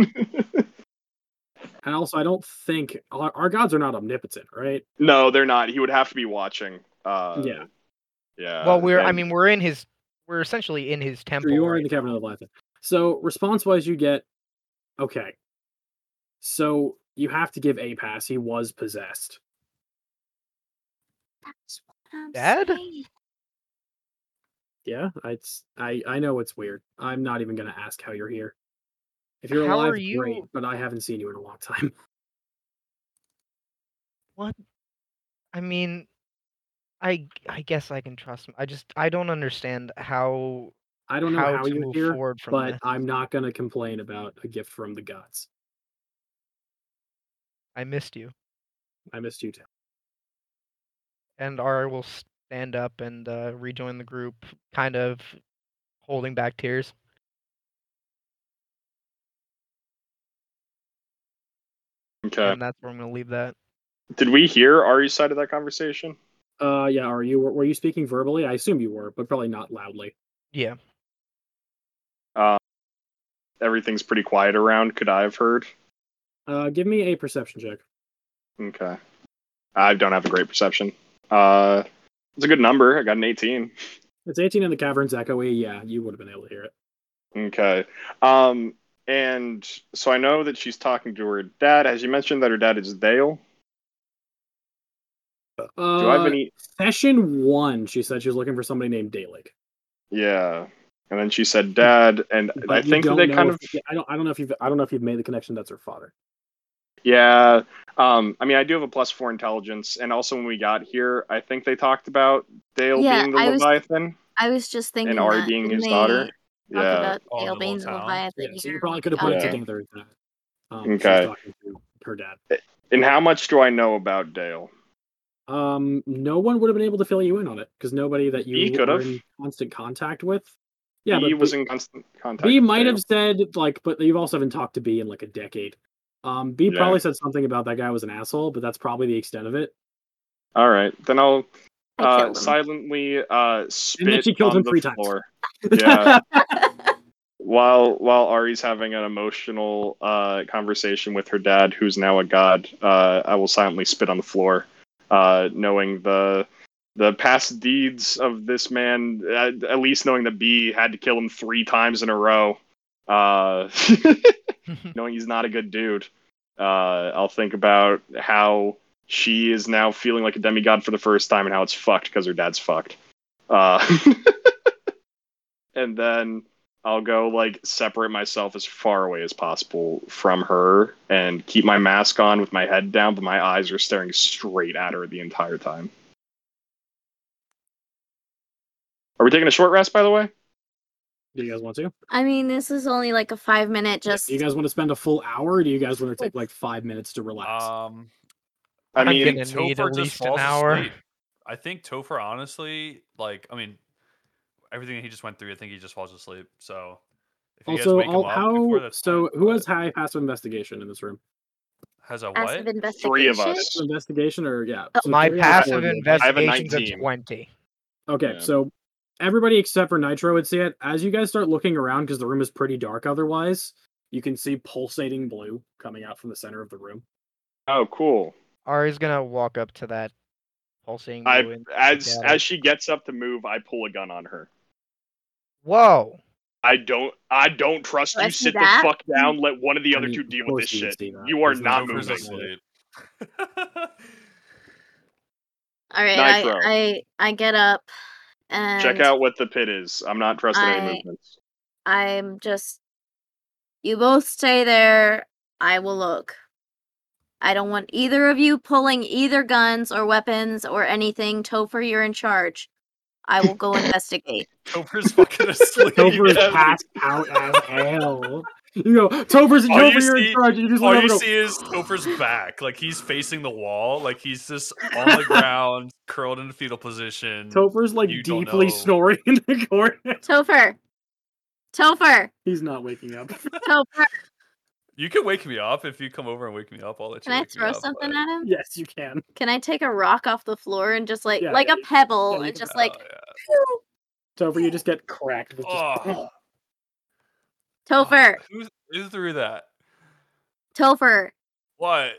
and also, I don't think. Our, our gods are not omnipotent, right? No, they're not. He would have to be watching. Uh, Yeah. Yeah. well, we're I and- mean we're in his we're essentially in his temple. Uh, Sure, you are right in the now. Cabinet of Leviathan. So response wise, you get okay. So you have to give a pass. He was possessed. That's what I'm Dad? saying. Yeah, it's I I know it's weird. I'm not even gonna ask how you're here. If you're How alive, are great. you- But I haven't seen you in a long time. *laughs* I mean, I g- I guess I can trust him. I just I don't understand how I don't know how, how, to you're move here, forward from but this. I'm not gonna complain about a gift from the gods. I missed you. I missed you too. And Ari will stand up and uh, rejoin the group, kind of holding back tears. Uh Okay. And that's where I'm gonna leave that. Did we hear Ari's side of that conversation? Uh yeah, are you were you speaking verbally? I assume you were, but probably not loudly. Yeah. *laughs* Um, everything's pretty quiet around. Could I have heard? Uh give me a perception check. Okay. I don't have a great perception. Uh, it's a good number. I got an 18. It's 18 in the caverns echoey. Yeah, you would have been able to hear it. Okay. Um, and so I know that she's talking to her dad. Has you mentioned that her dad is Dale? Uh, Do I have any? Session one, she said she was looking for somebody named Dalek. Yeah. And then she said dad, and But I you think that don't they know kind of if- I don't. I don't know if you've. I don't know if you've made the connection. That's her father. Yeah. Um, I mean, I do have a plus four intelligence, and also when we got here, I think they talked about Dale Yeah, being the I was Leviathan I was just thinking. and Ari that. being Didn't his daughter. they- Talk Yeah. about Oh, tail the whole beans town? Leviathan. Yeah, so you here. probably could have put Yeah. it together. Then. Um, she was Okay. talking to her dad. And how much do I know about Dale? Um, no one would have been able to fill you in on it because nobody that you He could were have. in constant contact with. Yeah, he but was B, in constant contact. B with might Dale. have said like, but you've also haven't talked to B in like a decade. Um, B Yeah. probably said something about that guy was an asshole, but that's probably the extent of it. All right, then I'll I uh, killed him. silently uh, spit she killed on him the three times. floor. Yeah. while while Ari's having an emotional uh, conversation with her dad, who's now a god, uh, I will silently spit on the floor, uh, knowing the the past deeds of this man. At, at least knowing that B had to kill him three times in a row. Uh, *laughs* knowing he's not a good dude, uh, I'll think about how she is now feeling like a demigod for the first time and how it's fucked because her dad's fucked. Uh, *laughs* and then I'll go like separate myself as far away as possible from her and keep my mask on with my head down, but my eyes are staring straight at her the entire time. Are we taking a short rest, by the way? *laughs* Do you guys want to? I mean, this is only like a five minute just. Do you guys want to spend a full hour? Or do you guys want to take like five minutes to relax? Um, I I'm mean, gonna need at Topher just least an falls hour. asleep. I think Topher, honestly, like, I mean, everything he just went through, I think he just falls asleep. So, if you guys also, wake him all, up how before that's so? fine, Who but- has high passive investigation in this room? has a Passive what? investigation. Three of us. Passive investigation or yeah? Oh. so My three out of four passive of you. have a investigation's at 19. 20. Okay, Yeah. so everybody except for Nitro would see it. As you guys start looking around, because the room is pretty dark otherwise, you can see pulsating blue coming out from the center of the room. Oh, cool. Ari's gonna walk up to that pulsing. blue I and as look at as it. she gets up to move, I pull a gun on her. Whoa. I don't I don't trust you. Trust Sit the that? fuck down. Let one of the I other mean, two of deal course with this you would shit. see that. You are There's not no Topher's moving. reason. *laughs* All right, I, Nitro. I I get up and Check out what the pit is. I'm not trusting I- any movements. I'm just. You both stay there. I will look. I don't want either of you pulling either guns or weapons or anything. Topher, you're in charge. I will *laughs* go investigate. *laughs* Topher's fucking *laughs* asleep. Topher is Yeah. passed out as hell. You go, Topher's All you Topher, you're see- in charge. You just All let you go. see is Topher's back. Like he's facing the wall. Like he's just on *laughs* the ground, curled in a fetal position. Topher's like You don't deeply know. snoring in the corner. *laughs* Topher! Topher! He's not waking up. *laughs* Topher! You can wake me up if you come over and wake me up. I'll let you. Can I wake me throw up, something but- at him? Yes, you can. Can I take a rock off the floor and just like Yeah, like yeah, a you- pebble yeah, you and can- uh, just Oh, like yeah. Topher, you just get cracked with just. Oh. Oh, Topher, who, who threw that? Topher, What?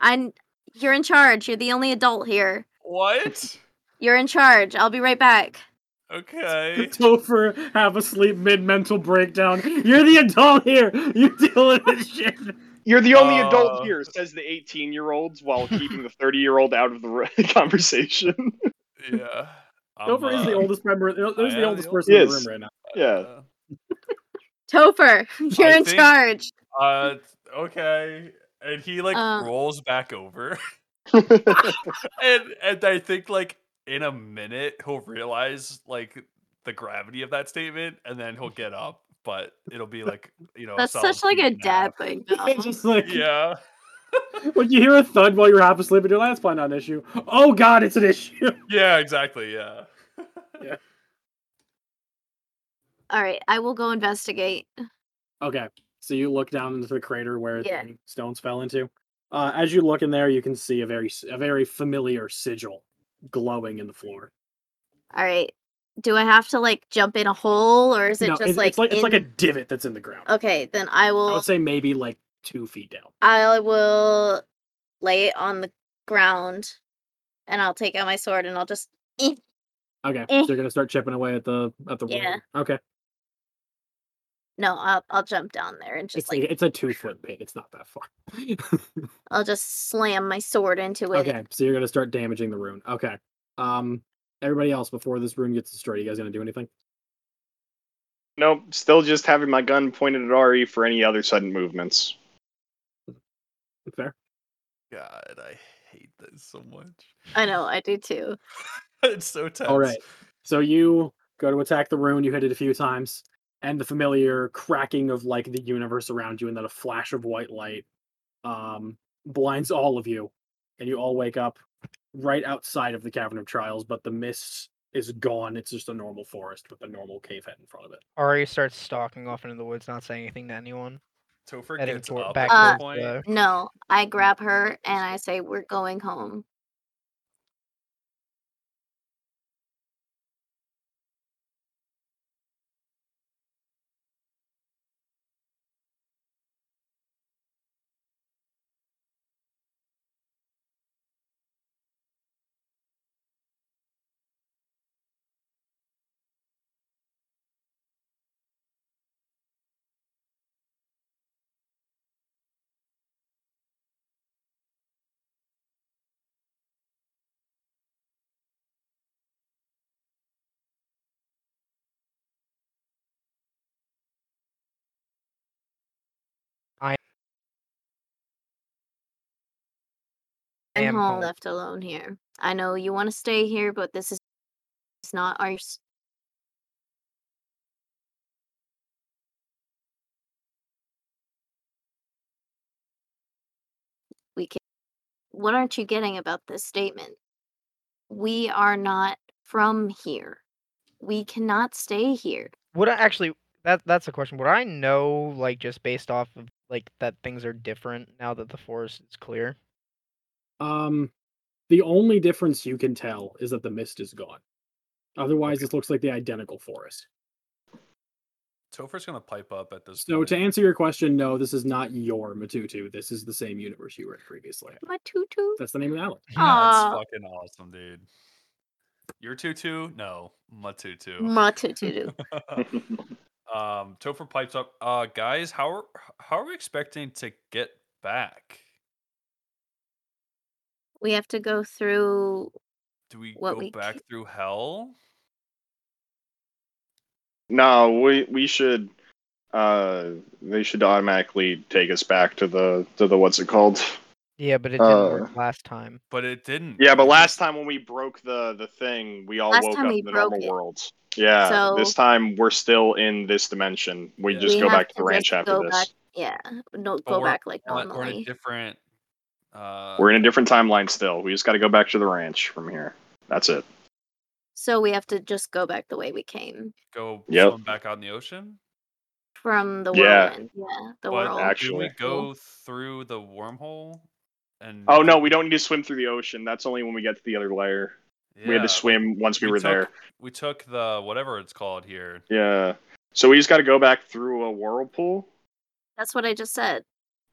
I you're in charge. You're the only adult here. What? You're in charge. I'll be right back. Okay. *laughs* Topher have a sleep mid mental breakdown. You're the adult here. *laughs* You're dealing *laughs* with shit. You're the only adult Uh. here, says the 18 year olds, *laughs* while keeping the 30 year old out of the re- *laughs* conversation. Yeah. I'm, Topher is the uh, oldest member. There's am the the oldest oldest. person in the room Yes. right now. *laughs* Yeah. uh, Topher, *laughs* you're in think- charge. Uh, okay. And he like Um, rolls *laughs* back over, *laughs* and and I think like in a minute he'll realize like the gravity of that statement, and then he'll get up. But it'll be like you know a That's solid such like *laughs* feet a and half. dad thing. though. It's just like Yeah. when you hear a thud while you're half asleep, and you're like, "That's probably not an issue." Oh God, it's an issue. Yeah. Exactly. Yeah. All right, I will go investigate. Okay, so you look down into the crater where Yeah. the stones fell into. Uh, as you look in there, you can see a very s- a very familiar sigil glowing in the floor. All right. Do I have to like jump in a hole or is it No, just it's- like, it's like it's like a in- divot that's in the ground. Okay, then I I will would say maybe like two feet down. I will lay it on the ground and I'll take out my sword and I'll just Okay, Eh. so you're gonna start chipping away at the at the Yeah. wood. Okay, no, I'll I'll jump down there and just it's like a, it's a two foot pit. It's not that far. *laughs* I'll just slam my sword into it. okay, so you're gonna start damaging the rune. Okay, um, everybody else before this rune gets destroyed, you guys gonna do anything? nope, still just having my gun pointed at Ari for any other sudden movements. *laughs* Fair. God, I hate this so much. *laughs* I know, I do too. it's so tense. *laughs* All right. So you go to attack the rune. You hit it a few times. and the familiar cracking of like the universe around you, and then a flash of white light um, blinds all of you, and you all wake up right outside of the cavern of trials. But the mist is gone; it's just a normal forest with a normal cave head in front of it. Ari starts stalking off into the woods, not saying anything to anyone. Topher Heading gets toward, up back at towards this point. the- uh, No, I Mm. grab her and I say, We're going home. I I'm am home home. left alone here. I know you want to stay here, but this is it's not our s- we can what aren't you getting about this statement? We are not from here. We cannot stay here. Would I actually? That that's a question. Would I know like just based off of like that things are different now that the forest is clear? Um, the only difference you can tell is that the mist is gone. Otherwise, this looks like the identical forest. Topher's gonna pipe up at this. So point. to answer your question, no, this is not your Matutu. This is the same universe you were in previously. My tutu. That's the name of the island. *laughs* That's Aw. fucking awesome, dude. Your tutu? No, my tutu. My tutu. *laughs* um, Topher pipes up. Uh, guys, how are how are we expecting to get back? we have to go through Do we What go we back ca- through hell? No, we we should. Uh, they should automatically take us back to the to the what's it called? Yeah, but it didn't Uh, work last time. But it didn't. Yeah, but We last just- time when we broke the the thing, we all Last woke time up we in the broke normal it. world. Yeah, So- this time we're still in this dimension. We Yeah. just we go have back to the just ranch after go this. Back, yeah, no, go we're- back like we're in- We're in a normally. different. Uh, We're in a different timeline still. We just got to go back to the ranch from here. That's it. So we have to just go back the way we came go Yep. swim back out in the ocean. from the Yeah. whirlwind. Yeah, the but whirlwind. do actually- we go through the wormhole? And Oh no, we don't need to swim through the ocean. That's only when we get to the other layer. We had Yeah, to swim once we, we were took- there. We took the whatever it's called here. Yeah. So we just got to go back through a whirlpool. That's what I just said.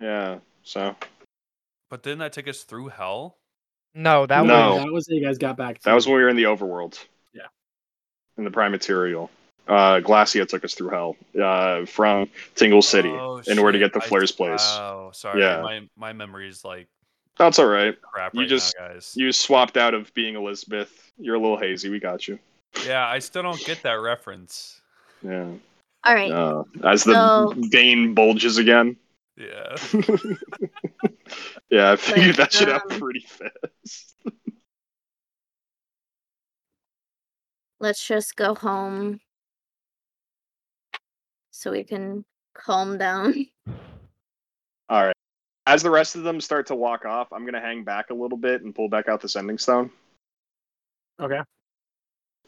Yeah. So But didn't that take us through hell? No, that No. was that was how you guys got back. that to- was when we were in the overworld. Yeah. In the prime material. Uh, Glacia took us through hell uh, from Tingle City Oh, in order to shit, get the I- Flare's place. Oh, sorry. Yeah. My my memory's like That's all right. crap You right just- now, guys. You swapped out of being Elizabeth. You're a little hazy. We got you. Yeah, I still don't get that reference. Yeah. All right. Uh, as the So- vein bulges again. Yeah. yeah, I figured But, that shit out um, pretty fast. Let's just go home so we can calm down. *laughs* All right. As the rest of them start to walk off, I'm gonna hang back a little bit and pull back out the sending stone. Okay.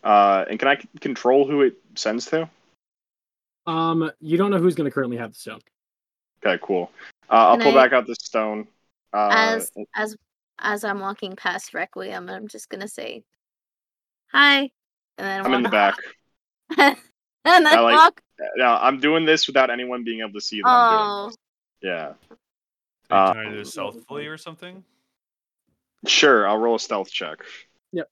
Uh, and can I c- control who it sends to? Um, you don't know who's going to currently have the stone. Okay, cool. Uh, I'll Can pull I- back out the stone. Uh, As- As I'm walking past Requiem, I'm just gonna say, "Hi," and then I'm in the walk- back. *laughs* and then I like- walk. Now I'm doing this without anyone being able to see that I'm doing Oh, this. Yeah, Are you Uh, trying to do this stealthily or *laughs* something? sure. I'll roll a stealth check. Yep.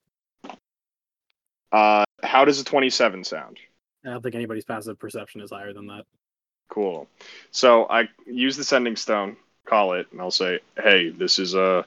Uh, how does a 27 sound? I don't think anybody's passive perception is higher than that. Cool. So I use the sending stone, call it, and I'll say, "Hey, this is uh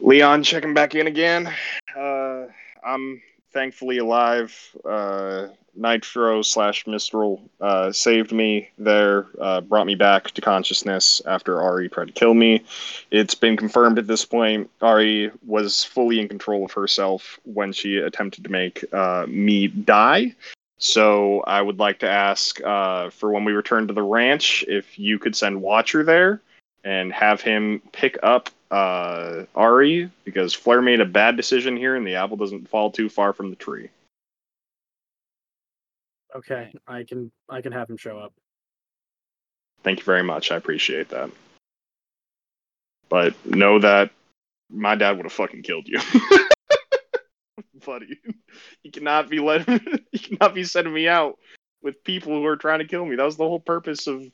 Leon checking back in again. Uh, I'm thankfully alive. Uh, Nitro slash Mistral uh, saved me there, uh, brought me back to consciousness after Ari tried to kill me. It's been confirmed at this point. Ari was fully in control of herself when she attempted to make uh, me die. So I would like to ask uh, for when we return to the ranch if you could send Watcher there and have him pick up uh, Ari because Flair made a bad decision here and the apple doesn't fall too far from the tree. Okay, I can I can have him show up. Thank you very much. I appreciate that. But know that my dad would have fucking killed you. *laughs* Buddy. You cannot be let *laughs* you cannot be sending me out with people who are trying to kill me. That was the whole purpose of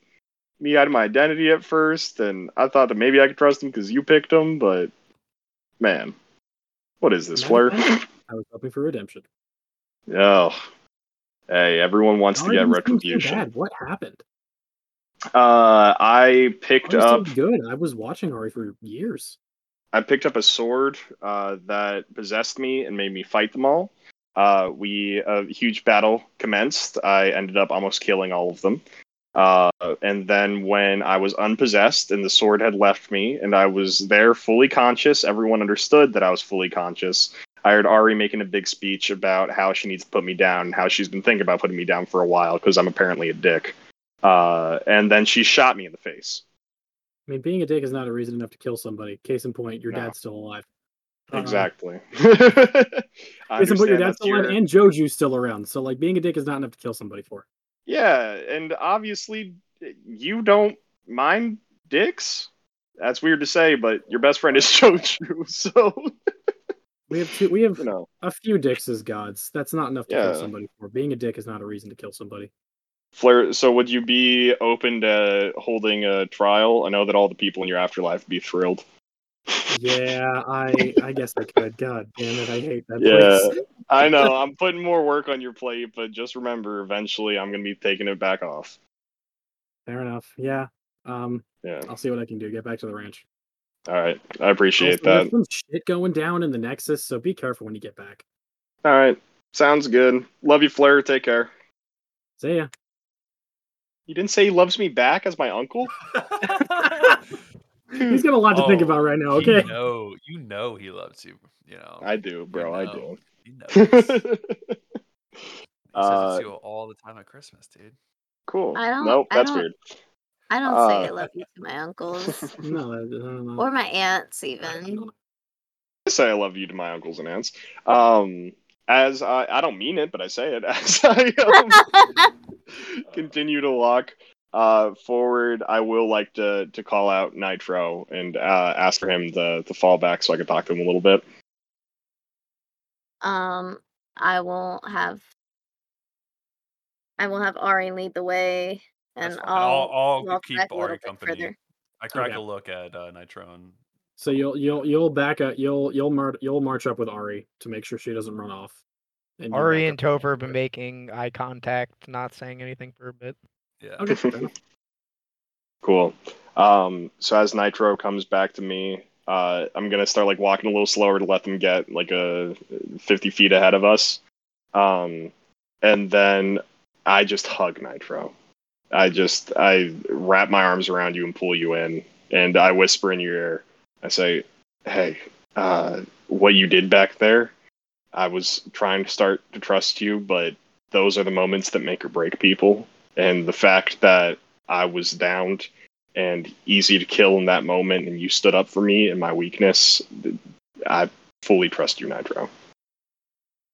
me out of my identity at first, and I thought that maybe I could trust him because you picked him, but man. What is this, Flair? I was hoping for redemption. Oh. Hey, everyone wants to Why get did this seem so retribution. bad? What happened? Uh, I picked Ari's up doing good. I was watching Ari for years. I picked up a sword uh, that possessed me and made me fight them all. Uh, we a huge battle commenced. I ended up almost killing all of them. Uh, and then when I was unpossessed and the sword had left me and I was there fully conscious, everyone understood that I was fully conscious. I heard Ari making a big speech about how she needs to put me down, and how she's been thinking about putting me down for a while because I'm apparently a dick. Uh, and then she shot me in the face. I mean, being a dick is not a reason enough to kill somebody. Case in point, your No. dad's still alive. Uh, Exactly. *laughs* I Case in point, your understand dad's that's still alive, your- and Joju's still around. So, like, being a dick is not enough to kill somebody for. Yeah, and obviously you don't mind dicks. That's weird to say, but your best friend is *laughs* Chochu, so We have two. We have you know. a few dicks as gods. That's not enough to Yeah. kill somebody for. Being a dick is not a reason to kill somebody. Flair, so would you be open to holding a trial? I know that all the people in your afterlife would be thrilled. Yeah, I I guess I could. God damn it, I hate that Yeah. place. I know *laughs* I'm putting more work on your plate, but just remember, eventually I'm gonna be taking it back off. Fair enough. Yeah. Um, Yeah. I'll see what I can do. Get back to the ranch. All right. I appreciate Also, there's that. some shit going down in the Nexus, so be careful when you get back. All right. Sounds good. Love you, Flair. Take care. See ya. You didn't say he loves me back as my uncle? Hmm. He's got a lot to think Oh, about right now. You Okay. know, you know he loves you. You know, I do, bro. I do. know. *laughs* he knows. he says Uh, it to you all the time at Christmas, dude. cool. I don't- Nope, I that's don't- weird. I don't say I Uh, love you to *laughs* my uncles *laughs* No, I don't know. or my aunts, even. I say I love you to my uncles and aunts. Um, as I, I don't mean it, but I say it *laughs* as I *laughs* um, continue to walk uh, forward. I will like to to call out Nitro and uh, ask for him to to fall back so I can talk to him a little bit. um, I will have. I will have Ari lead the way, That's and fine. I'll, I'll, walk keep back a little Ari bit company. further. I crack Okay. a look at uh, Nitro and So you'll you'll you'll back up. You'll you'll mar- you'll march up with Ari to make sure she doesn't run off. And you Ari back and up. Topher have been making eye contact, not saying anything for *laughs* a bit. *laughs* yeah. Okay. fair enough. Cool. Um, so as Nitro comes back to me, uh, I'm gonna start like walking a little slower to let them get like a 50 feet ahead of us. Um, and then I just hug Nitro. I just I wrap my arms around you and pull you in, and I whisper in your ear. I say, "Hey, uh, what you did back there? I was trying to start to trust you, but those are the moments that make or break people. And the fact that I was downed and easy to kill in that moment, and you stood up for me in my weakness. th- I fully trust you, Nitro.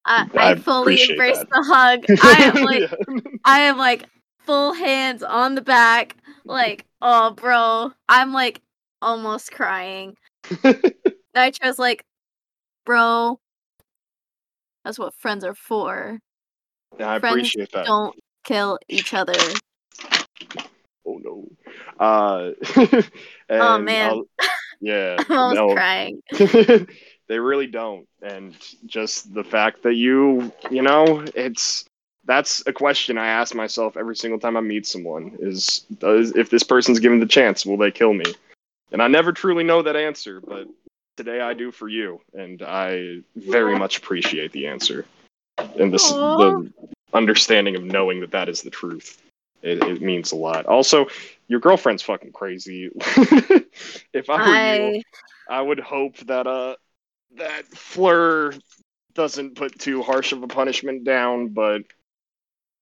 I, I I, fully appreciate embrace that. the hug. *laughs* I am like, Yeah. I am like full hands on the back, like, oh, bro. I'm like almost crying. Nitro's like, bro, that's what friends are for. I Friends appreciate that. Don't kill each other. *laughs* Oh no. *laughs* Uh, and Oh, man. *laughs* I'll- yeah. I'm almost no. crying. *laughs* they really don't. And just the fact that you, you know, it's that's a question I ask myself every single time I meet someone is does if this person's given the chance, will they kill me? And I never truly know that answer, but today I do for you, and I very much appreciate the answer and this Aw. the understanding of knowing that that is the truth. It, it means a lot. Also, your girlfriend's fucking crazy. *laughs* if I were you, I I would hope that uh that Fleur doesn't put too harsh of a punishment down, but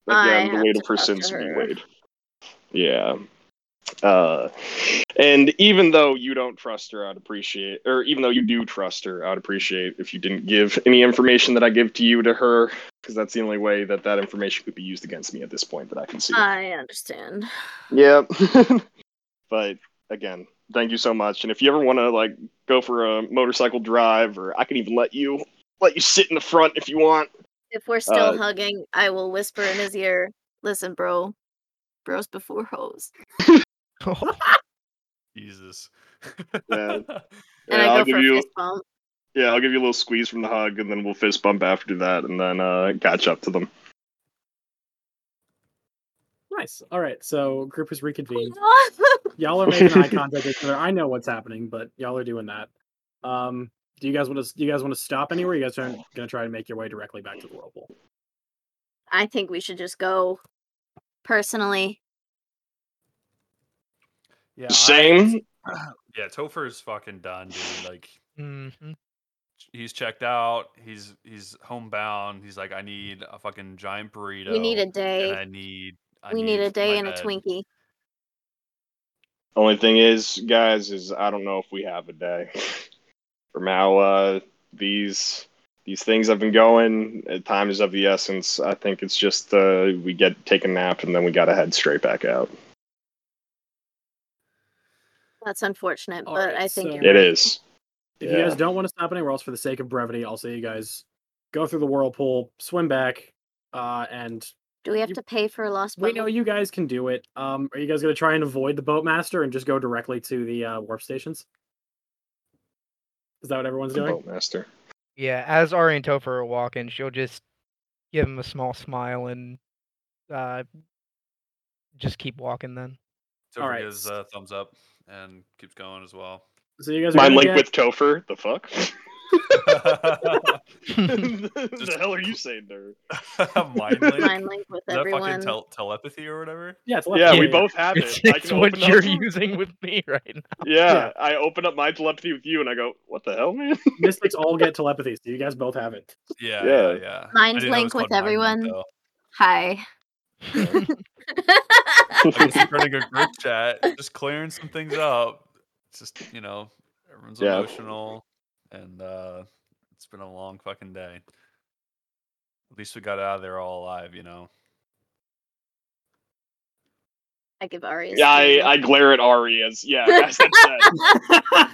I Again, the have way to to talk to persist to be her. weighed. Yeah. Uh, and even though you don't trust her, I'd appreciate, or even though you do trust her, I'd appreciate if you didn't give any information that I give to you to her, because that's the only way that that information could be used against me at this point that I can see. I understand. Yep. but again, thank you so much. And if you ever want to like go for a motorcycle drive, or I can even let you let you sit in the front if you want. If we're still Uh, hugging, I will whisper in his ear, "Listen, bro, bros before hoes." Jesus. Yeah. And Yeah, I go I'll for give a you. fist bump. Yeah, I'll give you a little squeeze from the hug, and then we'll fist bump after that, and then uh, catch up to them. Nice. All right. So group is reconvened. Aw. Y'all are making *laughs* eye contact with each other. I know what's happening, but y'all are doing that. Um, do you guys want to? Do you guys want to stop anywhere? You guys are going to try and make your way directly back to the whirlpool. *laughs* I think we should just go. Personally, *laughs* yeah, I- Same. yeah, Topher's fucking done, dude. Like Mhm. he's checked out. He's he's homebound. He's like, I need a fucking giant burrito. we need a and day. I need. I We need a my day and a bed." Twinkie. Only thing is, guys, is I don't know if we have a day. *laughs* From how uh, these these things have been going, uh, time is of the essence. I think it's just uh, we get take a nap and then we gotta head straight back out. That's unfortunate, All but right, I think so- you're It right. is. If you guys Yeah. don't want to stop anywhere else for the sake of brevity, I'll say you guys go through the whirlpool, swim back, uh, and Do we have You- to pay for a lost? we know bundle? you guys can do it. Um, are you guys going to try and avoid the boatmaster and just go directly to the uh, warp stations? Is that what everyone's doing? Boatmaster. Yeah, as Ari and Topher are walking, she'll just give him a small smile and uh, just keep walking. Then *laughs* Topher Alright. gives a thumbs up and keeps going as well. *laughs* So you guys are Mind gonna link get- with Topher. The *laughs* fuck? the Just- hell are you saying, there? Mind link. Mind link with Is that fucking everyone. tel- telepathy or whatever? yeah, it's left Yeah, hand, we both have it. it's, *laughs* I it's can what open up- you're using with me *laughs* right now. *laughs* Yeah, I open up my telepathy with you, and I go, "What the hell, man?" mystics all get telepathy, so you guys both have it. Yeah, Yeah. yeah, yeah. I Mind didn't know it link was with called everyone. mind link, though. Hi. I guess *laughs* we're running a group chat, just clearing some things up. It's just you know, everyone's Yeah. emotional, and uh, it's been a long fucking day. At least we got out of there all alive, you know. *laughs* I give Ari. a Yeah, I, smile. I glare at Ari as *laughs* yeah, as that said. uh,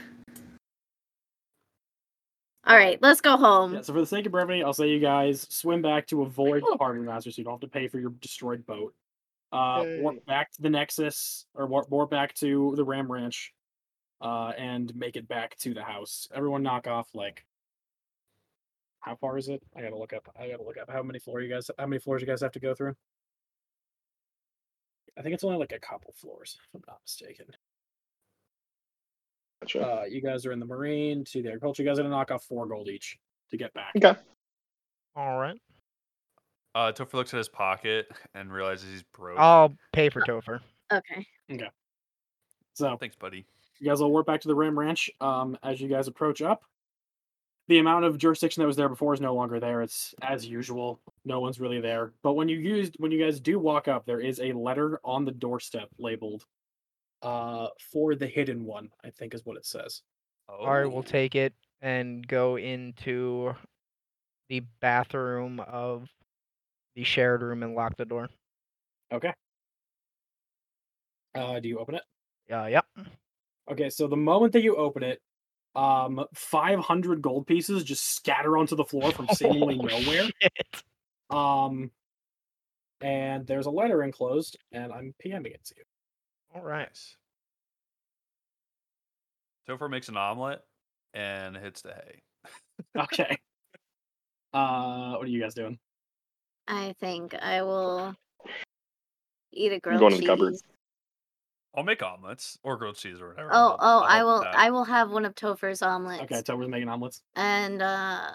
All right, let's go home. Yeah, so for the sake of brevity, I'll say you guys swim back to avoid the parking master, so you don't have to pay for your destroyed boat. Uh, warp back to the Nexus, or warp, warp back to the Ram Ranch, uh, and make it back to the house. Everyone, knock off like. How far is it? I gotta look up. I gotta look up how many floor you guys. How many floors you guys have to go through? I think it's only like a couple floors, if I'm not mistaken. Gotcha. Uh, you guys are in the Marine to the agriculture. You guys are gonna knock off four gold each to get back. Okay. All *laughs* right, Uh, Topher looks at his pocket and realizes he's Oh. broke. I'll pay for Topher. Okay. So Thanks, buddy. You guys all warp back to the Ram Ranch. Um, as you guys approach up, the amount of jurisdiction that was there before is no longer there. It's as usual. No one's really there. But when you used when you guys do walk up, there is a letter on the doorstep labeled uh for the hidden one, I think is what it says. Oh, Ari will take it and go into the bathroom of the shared room and lock the door. Uh do you open it? Uh, *laughs* yep. Okay, so the moment that you open it, um 500 gold pieces just scatter onto the floor from *laughs* seemingly Oh, nowhere. shit. Um and there's a letter enclosed and I'm PMing it to you. *laughs* All right. nice. Topher makes an omelet and hits the hay. Okay. Uh, what are you guys doing? I think I will eat a grilled going in cheese. the cupboard. I'll make omelets or grilled cheese or whatever. Oh, oh, I'll- I'll I help will. with that. *laughs* I will have one of Topher's omelets, Okay, Tober's making omelets. and uh,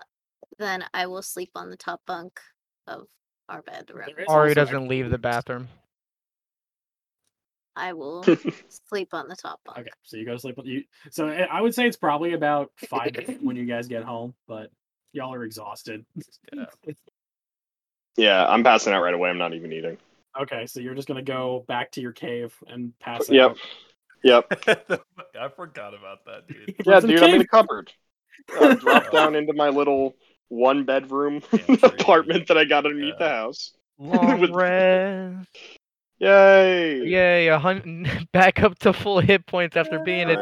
then I will sleep on the top bunk of our bed room. There is Ari also doesn't extra leave the rooms. *laughs* bathroom. I will sleep on the top bunk. Okay, so you go to sleep. with- You so eh, I I would say it's probably about five when you guys get home, but y'all are exhausted. Yeah. Yeah, I'm passing out right away. I'm not even eating. Okay, so you're just gonna go back to your cave and pass out. *laughs* Yep. Yep. I forgot about *laughs* that, dude. Yeah, Lives in a dude, I'm in the cave. cupboard. I drop down into my little one bedroom *laughs* Yeah, sure. apartment that I got underneath the Yeah. house. Long With- rest. *laughs* Yay! Yay, a hun- *laughs* back up to full hit points after being at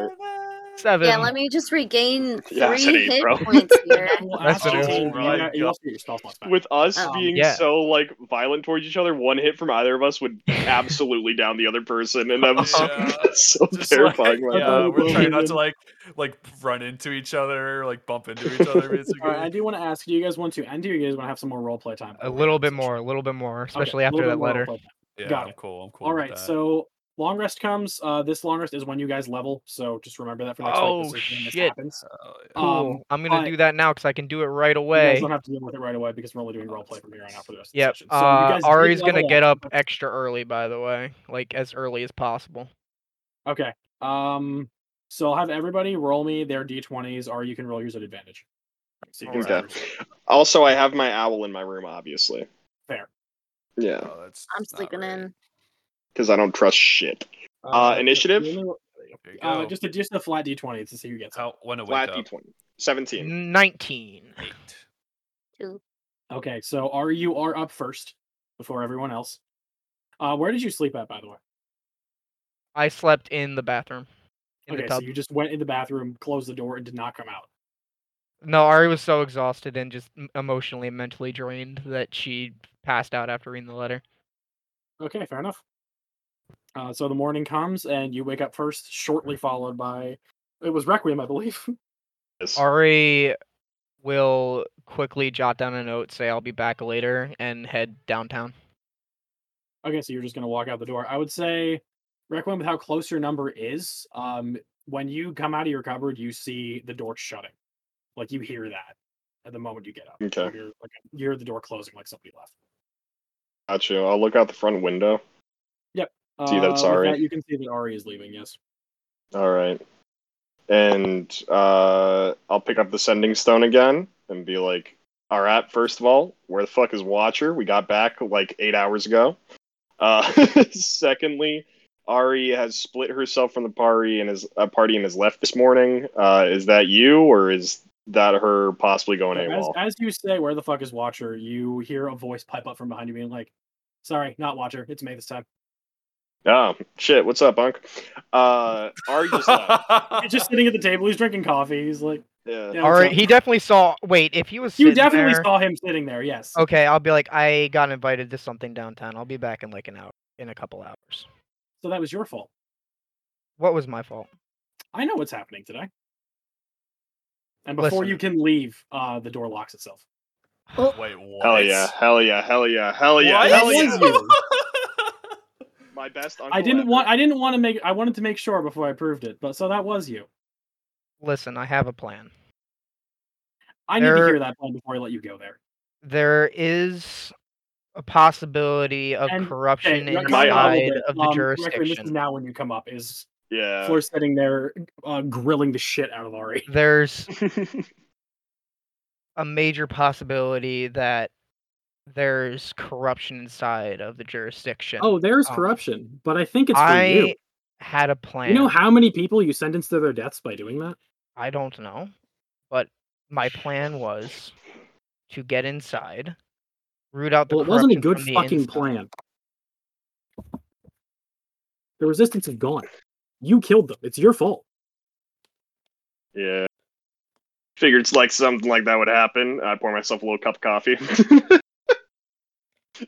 seven. Yeah, let me just regain three Yeah, I said eight, hit bro. points here. Well, *laughs* That's after what it is. you Oh my got- you God. also get your spell slots back. With us Oh. Um, being yeah. so like violent towards each other, one hit from either of us would *laughs* absolutely down the other person, and I'm so, Yeah. *laughs* so Just terrifying. like, about that. yeah, that. we're trying not to like like run into each other, like bump into each other. Basically, All right, I do want to ask: Do you guys want to end? Do you guys want to have some more roleplay time? a little bit more, a little bit more, Okay, especially a after little that bit more letter. roleplay time. yeah, got I'm it. cool. I'm cool. All with right, that. so long rest comes. Uh, this long rest is when you guys level, so just remember that for next Oh, week. This is when this shit. happens. Oh, yeah. Cool. Um, I'm gonna but- do that now because I can do it right You guys away. don't have to deal with it right away because we're only doing roleplay from here on out for the rest of the Yep. session. So you uh, guys did Ari's gonna level get up but- extra early, by the way, like as early as possible. Okay. Um. So I'll have everybody roll me their d20s, or you can roll yours at advantage. So you can Okay. see yours. Also, I have my owl in my room, obviously. Fair. Yeah, Oh, that's I'm not sleeping right. in. because I don't trust shit. Uh, initiative? There you go. Uh, just a just a flat d20 to see who gets. it. How, when to wake Flat up? D20. Mm, 17. Nineteen. Eight. Okay, so are you are up first before everyone else? Uh, where did you sleep at, by the way? I slept in the bathroom. In okay, the so tub. you just went in the bathroom, closed the door, and did not come out. No, Ari was so exhausted and just m- emotionally and mentally drained that she passed out after reading the letter. Okay, fair enough. Uh, so the morning comes, and you wake up first, shortly followed by it was Requiem, I believe. *laughs* Yes. Ari will quickly jot down a note, say I'll be back later, and head downtown. okay, so you're just gonna walk out the door. I would say Requiem, with how close your number is, um, when you come out of your cupboard, you see the door shutting. Like you hear that at the moment you get up. Okay. You're, like, you hear the door closing, like somebody left. Got you. I'll look out the front window. See, Uh, that's with Ari. that, you can see that Ari is leaving. Yes. All right. And uh, I'll pick up the sending stone again and be like, all right, first of all, where the fuck is Watcher? We got back like eight hours ago. Uh, *laughs* secondly, Ari has split herself from the party and is a party and has left this morning. Uh, is that you or is that her possibly going Yeah, As, AWOL? as you say, where the fuck is Watcher? You hear a voice pipe up from behind you, being like, "Sorry, not Watcher. It's me this time." Oh shit! What's up, Unc? Uh, Ari just left. *laughs* He's just sitting at the table. He's drinking coffee. He's like, Yeah. Yeah, Ari, so- he definitely saw. Wait, if he was "You sitting definitely there- Oh. saw him sitting there." Yes. Okay, I'll be like, I got invited to something downtown. I'll be back in like an hour, in a couple hours. So that was your fault. What was my fault? I know what's happening today. And before Listen. you can leave, uh, the door locks itself. Oh. Wait, what? Hell yeah! Hell yeah! Hell yeah! Hell yeah! What? Hell It yeah! was you. *laughs* My best. Uncle I didn't ever. want. I didn't want to make. I wanted to make sure before I proved it. But so that was you. Listen, I have a plan. I need to There- hear that plan before I let you go there. There is a possibility of And- okay, corruption Requiem, My a little inside bit. of the Um, Requiem, this is jurisdiction. now when you come up is Yeah. Floor's sitting there uh, grilling the shit out of Ari. *laughs* There's a major possibility that there's corruption inside of the jurisdiction. Oh, there's Oh. corruption, but I think it's for I you. had a plan. You know how many people you sentenced to their deaths by doing that? I don't know, but my *laughs* plan was to get inside, root out the. Well, it wasn't a corruption good from the fucking inside. plan. The resistance is gone. You killed them. It's your fault. yeah. Figured like something like that would happen. I pour myself a little cup of coffee. *laughs*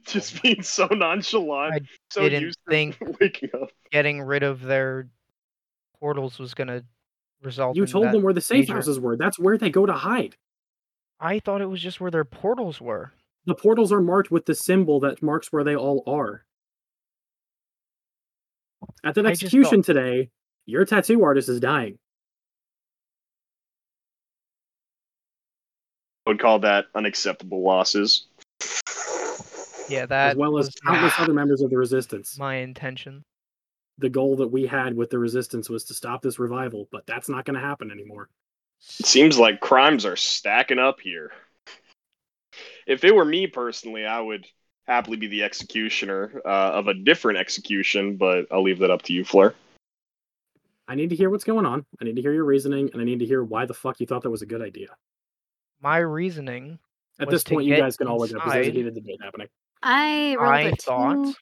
Just being so nonchalant, Oh. I so didn't used to think- *laughs* waking up. Getting rid of their portals was gonna result. You in told that- them where the safe major- houses were. That's where they go to hide. I thought it was just where their portals were. The portals are marked with the symbol that marks where they all are. At the I just thought- execution today, your tattoo artist is dying. I would call that unacceptable losses. Yeah, that as well as was *sighs* countless not other members of the resistance. *laughs* my intention. The goal that we had with the resistance was to stop this revival, but that's not going to happen anymore. It seems like crimes are stacking up here. if it were me personally, I would happily be the executioner uh, of a different execution, but I'll leave that up to you, Flair. I need to hear what's going on. I need to hear your reasoning, and I need to hear why the fuck you thought that was a good idea. My reasoning At Was this to point, you get guys can all look it up because there's a inside. heated debate happening. *laughs* I rolled a I two. thought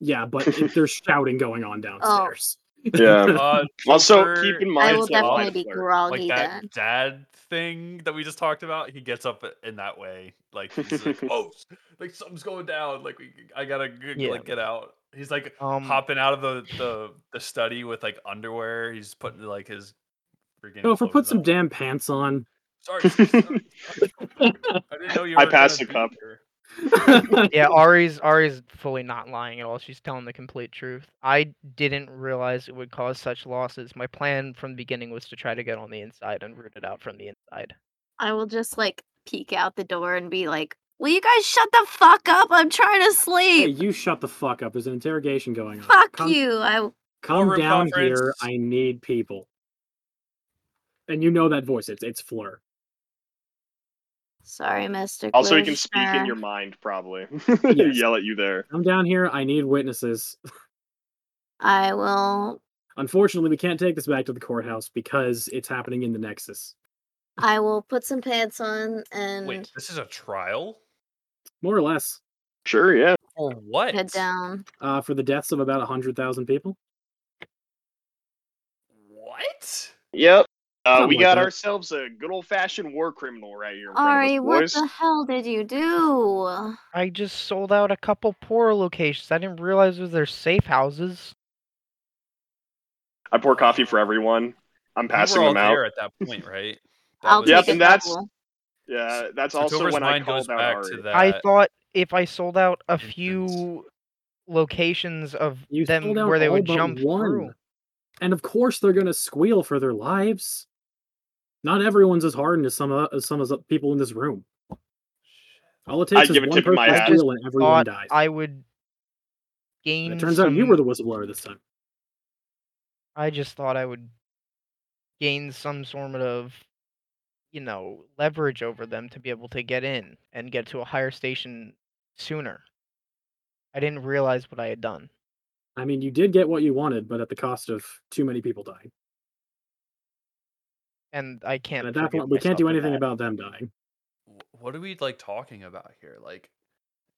Yeah, but *laughs* if there's shouting going on Oh. downstairs. *laughs* Yeah. *laughs* Uh, Also, Joker keep in I mind, will it's a lot definitely of be Flair. groggy like that then. dad thing that we just talked about. He gets up in that way, like, he's like oh, s- like something's going down. Like we, I gotta g- Yeah. like get out. He's like um hopping out of the, the the study with like underwear. He's putting like his freaking. Oh, if we put clothes some on. damn pants on. Sorry, sorry, sorry. I didn't know you. I were gonna passed the be cup. here. yeah, Ari's Ari's fully not lying at all. She's telling the complete truth. I didn't realize it would cause such losses. My plan from the beginning was to try to get on the inside and root it out from the inside. I will just like peek out the door and be like, "Will you guys shut the fuck up? I'm trying to *laughs* Hey, sleep. you shut the fuck up. There's an interrogation going on. fuck Come- you." I w- Come Warren down Conference. here. I need people. And you know that voice. It's it's Fleur. sorry, Mister. Also, he can speak in your mind, probably. *laughs* Yes. Yell at you there. Come down here. I need witnesses. I will. Unfortunately, we can't take this back to the courthouse because it's happening in the Nexus. I will put some pants on and Wait, this is a trial More or less. Sure, yeah. or what? head down. Uh, for the deaths of about 100,000 people. What? Yep. Uh, Something we like got that. ourselves a good old fashioned war criminal right here. in front of us, Ari, what boys. the hell did you do? I just sold out a couple poor locations. I didn't realize those are safe houses. I pour coffee for everyone. I'm passing we were all them out. there at that point, right? That I'll was- Yep, take and a that's- double. Yeah, that's So also Tover's when I mind goes called out back Ari. to that. I thought if I sold out a instance. few locations of You them sold out where they all would but jump one. through. And of course, they're going to squeal for their lives. Not everyone's as hardened as some o- as some of the people in this room. All it takes I'd is give a one tip of person my to hat. squeal and everyone Thought dies. I would gain. And it turns out you some- were the whistleblower this time. I just thought I would gain some sort of, you know, leverage over them to be able to get in and get to a higher station sooner. I didn't realize what I had done. I mean, you did get what you wanted, but at the cost of too many people dying. And I can't. And at that forgive point, we can't myself do for anything that. about them dying. Wh- What are we like talking about here? Like,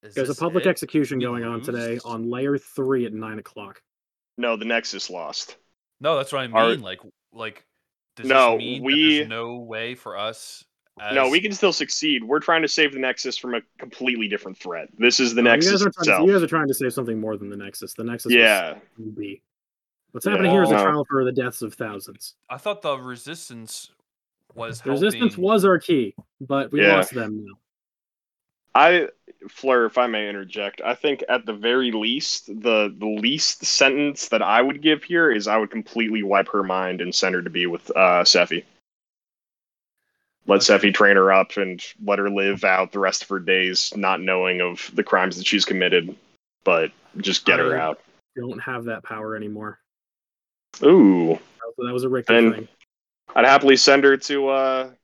is There's a this public it? execution We going on today lose? on layer three at nine o'clock. No, the Nexus lost. No, that's what I mean. Our- Like, like, does No, this mean that we- there's no way for us? As... No, we can still succeed. We're trying to save the Nexus from a completely different threat. This is the Uh, you, Nexus guys are trying to, itself. you guys are trying to save something more than the Nexus. The Nexus was yeah. B. What's Yeah. happening here is a Wow. trial for the deaths of thousands. I thought the resistance was The resistance helping. was our key, but we Yeah. lost them now. I Fleur, if I may interject, I think at the very least, the the least sentence that I would give here is I would completely wipe her mind and send her to be with uh Seffi. Let Okay. Seffi train her up and let her live out the rest of her days not knowing of the crimes that she's committed, but just get her I- out. Don't have that power anymore. Ooh. That was- That was a Richter And- thing. I'd happily send her to uh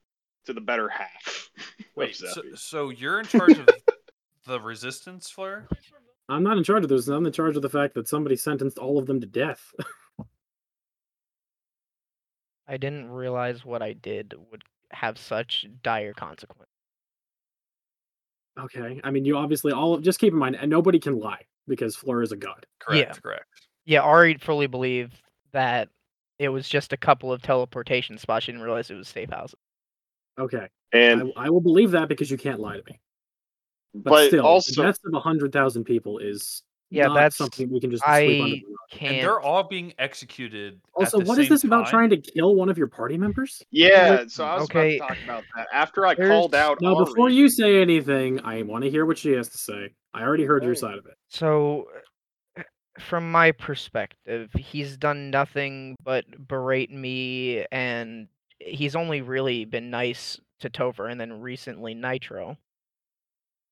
to the better half. of Wait, so, Seffi. so you're in charge of the resistance, Fleur? I'm not in charge of this. I'm in charge of the fact that somebody sentenced all of them to death. *laughs* I didn't realize what I did would have such dire consequences. okay. I mean, you obviously all just keep in mind, and nobody can lie because Fleur is a god. Correct, correct. Yeah, Ari fully believed that it was just a couple of teleportation spots. She didn't realize it was safe houses. Okay. and I, I will believe that because you can't lie to me. But, but, still, also the deaths of 100,000 people is Yeah, not that's- something we can just sweep under I the rug. can't. And they're all being executed. Also, at the what is same this about time? trying to kill one of your party members? Yeah, so I was Okay. about to talk about that. After I There's- called out Now, Ari, before you say anything, I want to hear what she has to say. I already heard your Okay. side of it. So, uh, from my perspective, he's done nothing but berate me, and he's only really been nice to Tover and then recently Nitro.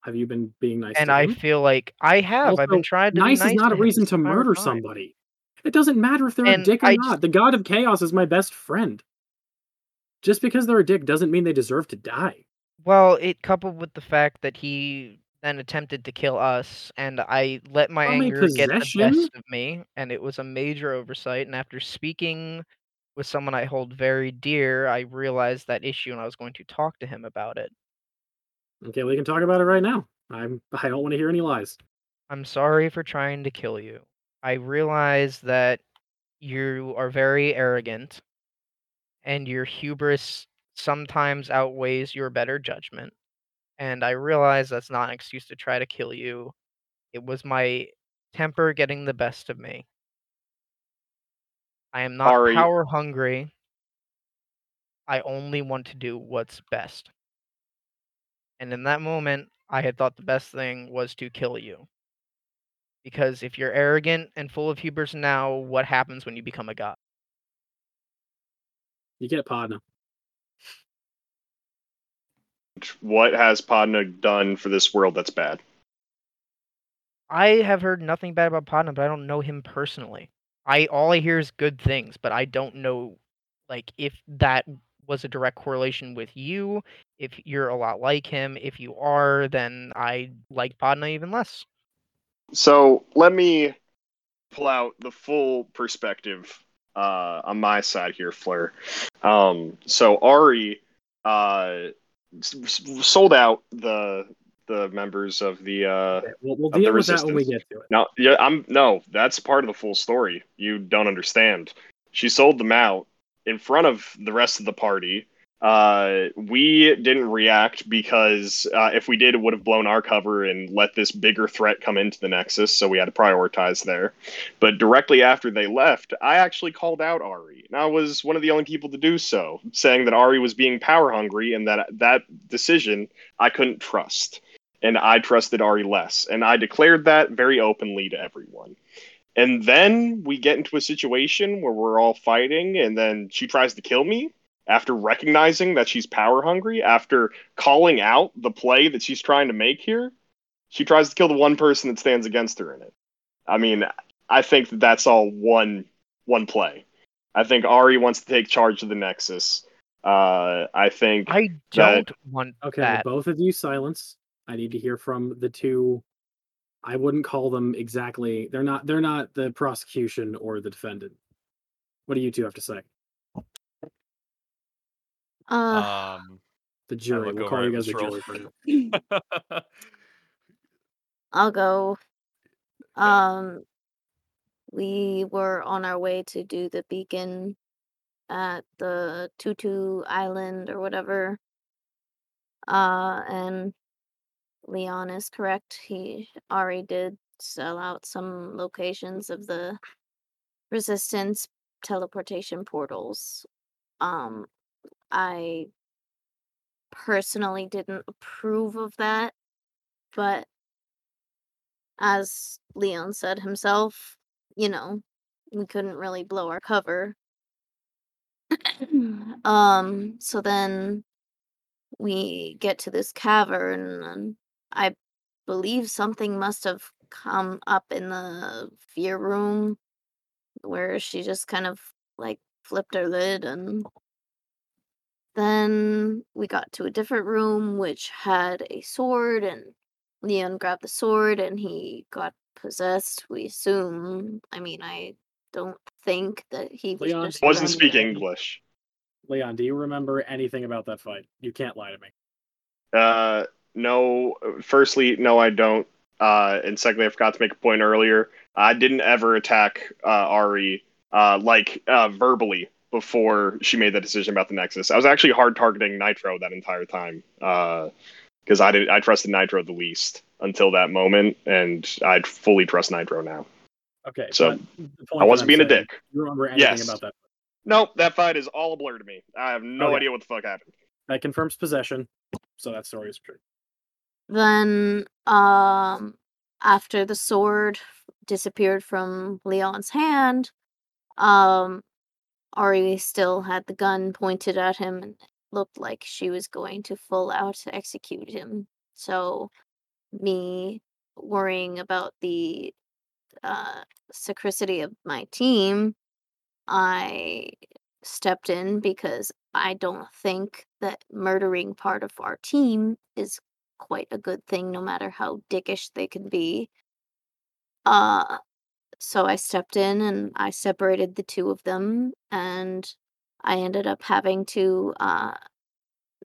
Have you been being nice? and to I him? feel like I have. I've Also, been trying to nice, be nice is not a to him reason this to entire murder time. somebody. It doesn't matter if they're And a dick or I not. just- The god of chaos is my best friend. Just because they're a dick doesn't mean they deserve to die. Well, it coupled with the fact that he then attempted to kill us, and I let my From a anger get the possession? best of me, and it was a major oversight. And after speaking with someone I hold very dear, I realized that issue, and I was going to talk to him about it. Okay, we can talk about it right now. I'm I don't want to hear any lies. I'm sorry for trying to kill you. I realize that you are very arrogant and your hubris sometimes outweighs your better judgment. And I realize that's not an excuse to try to kill you. It was my temper getting the best of me. I am not Ari- power hungry. I only want to do what's best. And in that moment, I had thought the best thing was to kill you. Because if you're arrogant and full of hubris now, what happens when you become a god? You get Podna. What has Podna done for this world that's bad? I have heard nothing bad about Podna, but I don't know him personally. I all I hear is good things, but I don't know like if that was a direct correlation with you, if you're a lot like him. If you are, then I like Podna even less. So let me pull out the full perspective uh, on my side here, Fleur. Um, so Ari uh, s- s- sold out the the members of the. Uh, Okay, we'll we'll the deal with that when we resistance. get to it. no, yeah, I'm no. That's part of the full story. You don't understand. She sold them out in front of the rest of the party. Uh, we didn't react because uh, if we did, it would have blown our cover and let this bigger threat come into the Nexus. So we had to prioritize there. But directly after they left, I actually called out Ari, and I was one of the only people to do so, saying that Ari was being power hungry and that that decision I couldn't trust and I trusted Ari less. And I declared that very openly to everyone. And then we get into a situation where we're all fighting, and then she tries to kill me after recognizing that she's power hungry, after calling out the play that she's trying to make here. She tries to kill the one person that stands against her in it. I mean, I think that that's all one one play. I think Ari wants to take charge of the Nexus. Uh, I think I That- don't want Okay, that. both of you silence. I need to hear from the two. I wouldn't call them exactly. They're not. They're not the prosecution or the defendant. What do you two have to say? Uh, Um, The jury. look We'll call over you at guys the Mr. jury. for now. *laughs* *laughs* I'll go. Yeah. Um, we were on our way to do the beacon at the Tutu Island or whatever. Uh, and Leon is correct. He already did sell out some locations of the resistance teleportation portals. Um, I personally didn't approve of that, but as Leon said himself, you know, we couldn't really blow our cover. *clears throat* um, so then we get to this cavern, and I believe something must have come up in the fear room where she just kind of like flipped her lid and then we got to a different room which had a sword and Leon grabbed the sword and he got possessed. We assume. I mean, I don't think that he was Leon just wasn't random. speaking English. Leon, do you remember anything about that fight? You can't lie to me. Uh, no. Firstly, no, I don't. Uh, and secondly, I forgot to make a point earlier. I didn't ever attack uh, Ari uh, like uh, verbally before she made that decision about the Nexus. I was actually hard targeting Nitro that entire time because I did. I trusted Nitro the least until that moment, and I fully trust Nitro now. Okay. So, but the point I that wasn't I'm being a saying, dick. You remember anything Yes. about that? Nope, that fight is all a blur to me. I have no Okay. idea what the fuck happened. That confirms possession. So that story is true. Then, um, after the sword disappeared from Leon's hand, um, Ari still had the gun pointed at him and it looked like she was going to full out execute him. So, me worrying about the uh, sacricity of my team, I stepped in because I don't think that murdering part of our team is quite a good thing, no matter how dickish they can be. Uh, so I stepped in and I separated the two of them, and I ended up having to uh,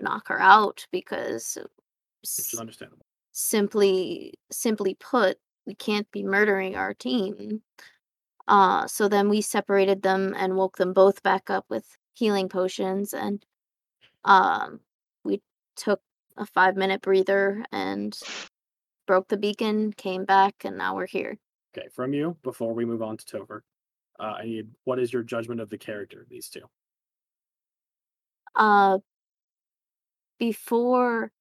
knock her out because which is understandable. simply simply put we can't be murdering our team uh so then we separated them and woke them both back up with healing potions and um we took a 5 minute breather and broke the beacon came back and now we're here Okay, from you before we move on to Tover, uh, I need what is your judgment of the character of these two? uh before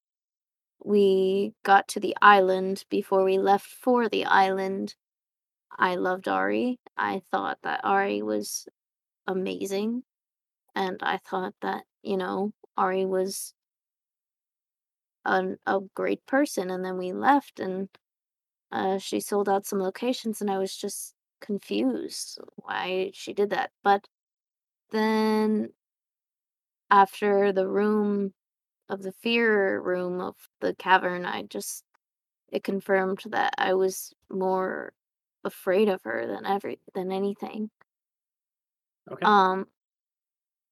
we got to the island before we left for the island i loved ari i thought that ari was amazing and i thought that you know ari was an, a great person and then we left and uh, she sold out some locations and i was just confused why she did that but then after the room of the fear room of the cavern, I just it confirmed that I was more afraid of her than every than anything. Okay, Um,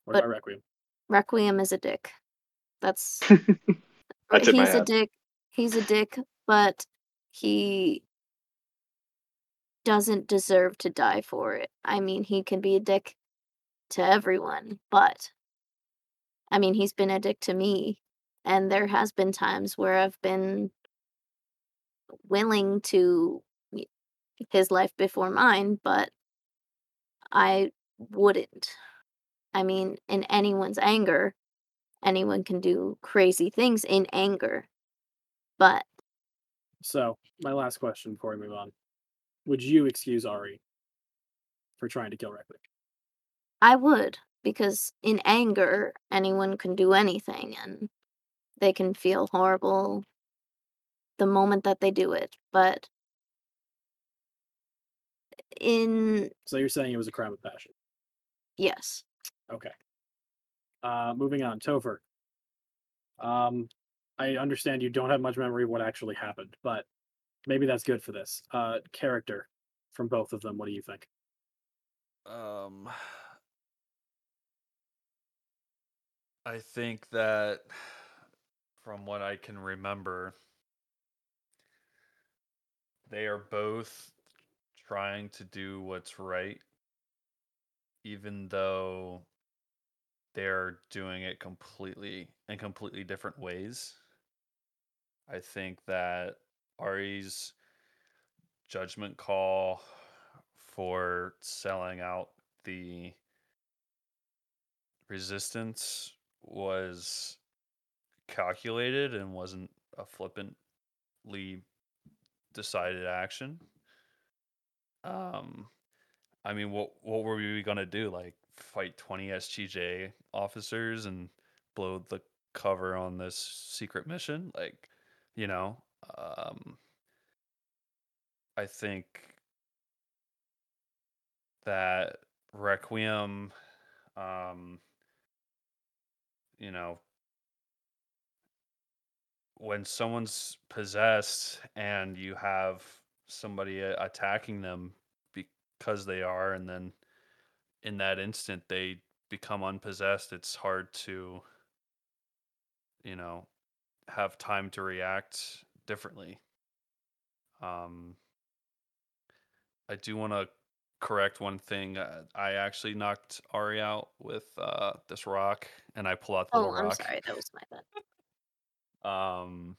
what but- about Requiem? Requiem is a dick. That's I tip my he's a hat. dick. He's a dick, but he doesn't deserve to die for it. I mean, he can be a dick to everyone, but I mean, he's been a dick to me, and there has been times where I've been willing to y- his life before mine, but I wouldn't. I mean, in anyone's anger, anyone can do crazy things in anger. But So my last question before we move on: Would you excuse Ari for trying to kill Requiem? I would, because in anger, anyone can do anything and they can feel horrible the moment that they do it. But in, So you're saying it was a crime of passion. yes, Okay. Uh, moving on, Topher. Um, I understand you don't have much memory of what actually happened, but maybe that's good for this. Uh, character from both of them. What do you think? Um, I think that from what I can remember, they are both trying to do what's right, even though they're doing it completely in completely different ways. I think that Ari's judgment call for selling out the resistance was calculated and wasn't a flippantly decided action. Um, I mean, what what were we gonna do? Like fight twenty STJ officers and blow the cover on this secret mission? Like, you know, um, I think that Requiem, um, you know, when someone's possessed and you have somebody a- attacking them because they are, and then in that instant they become unpossessed, it's hard to, you know, have time to react differently. Um, I do want to correct one thing. Uh, I actually knocked Ari out with uh, this rock, and I pull out the oh, little I'm rock. sorry, that was my bad. Um,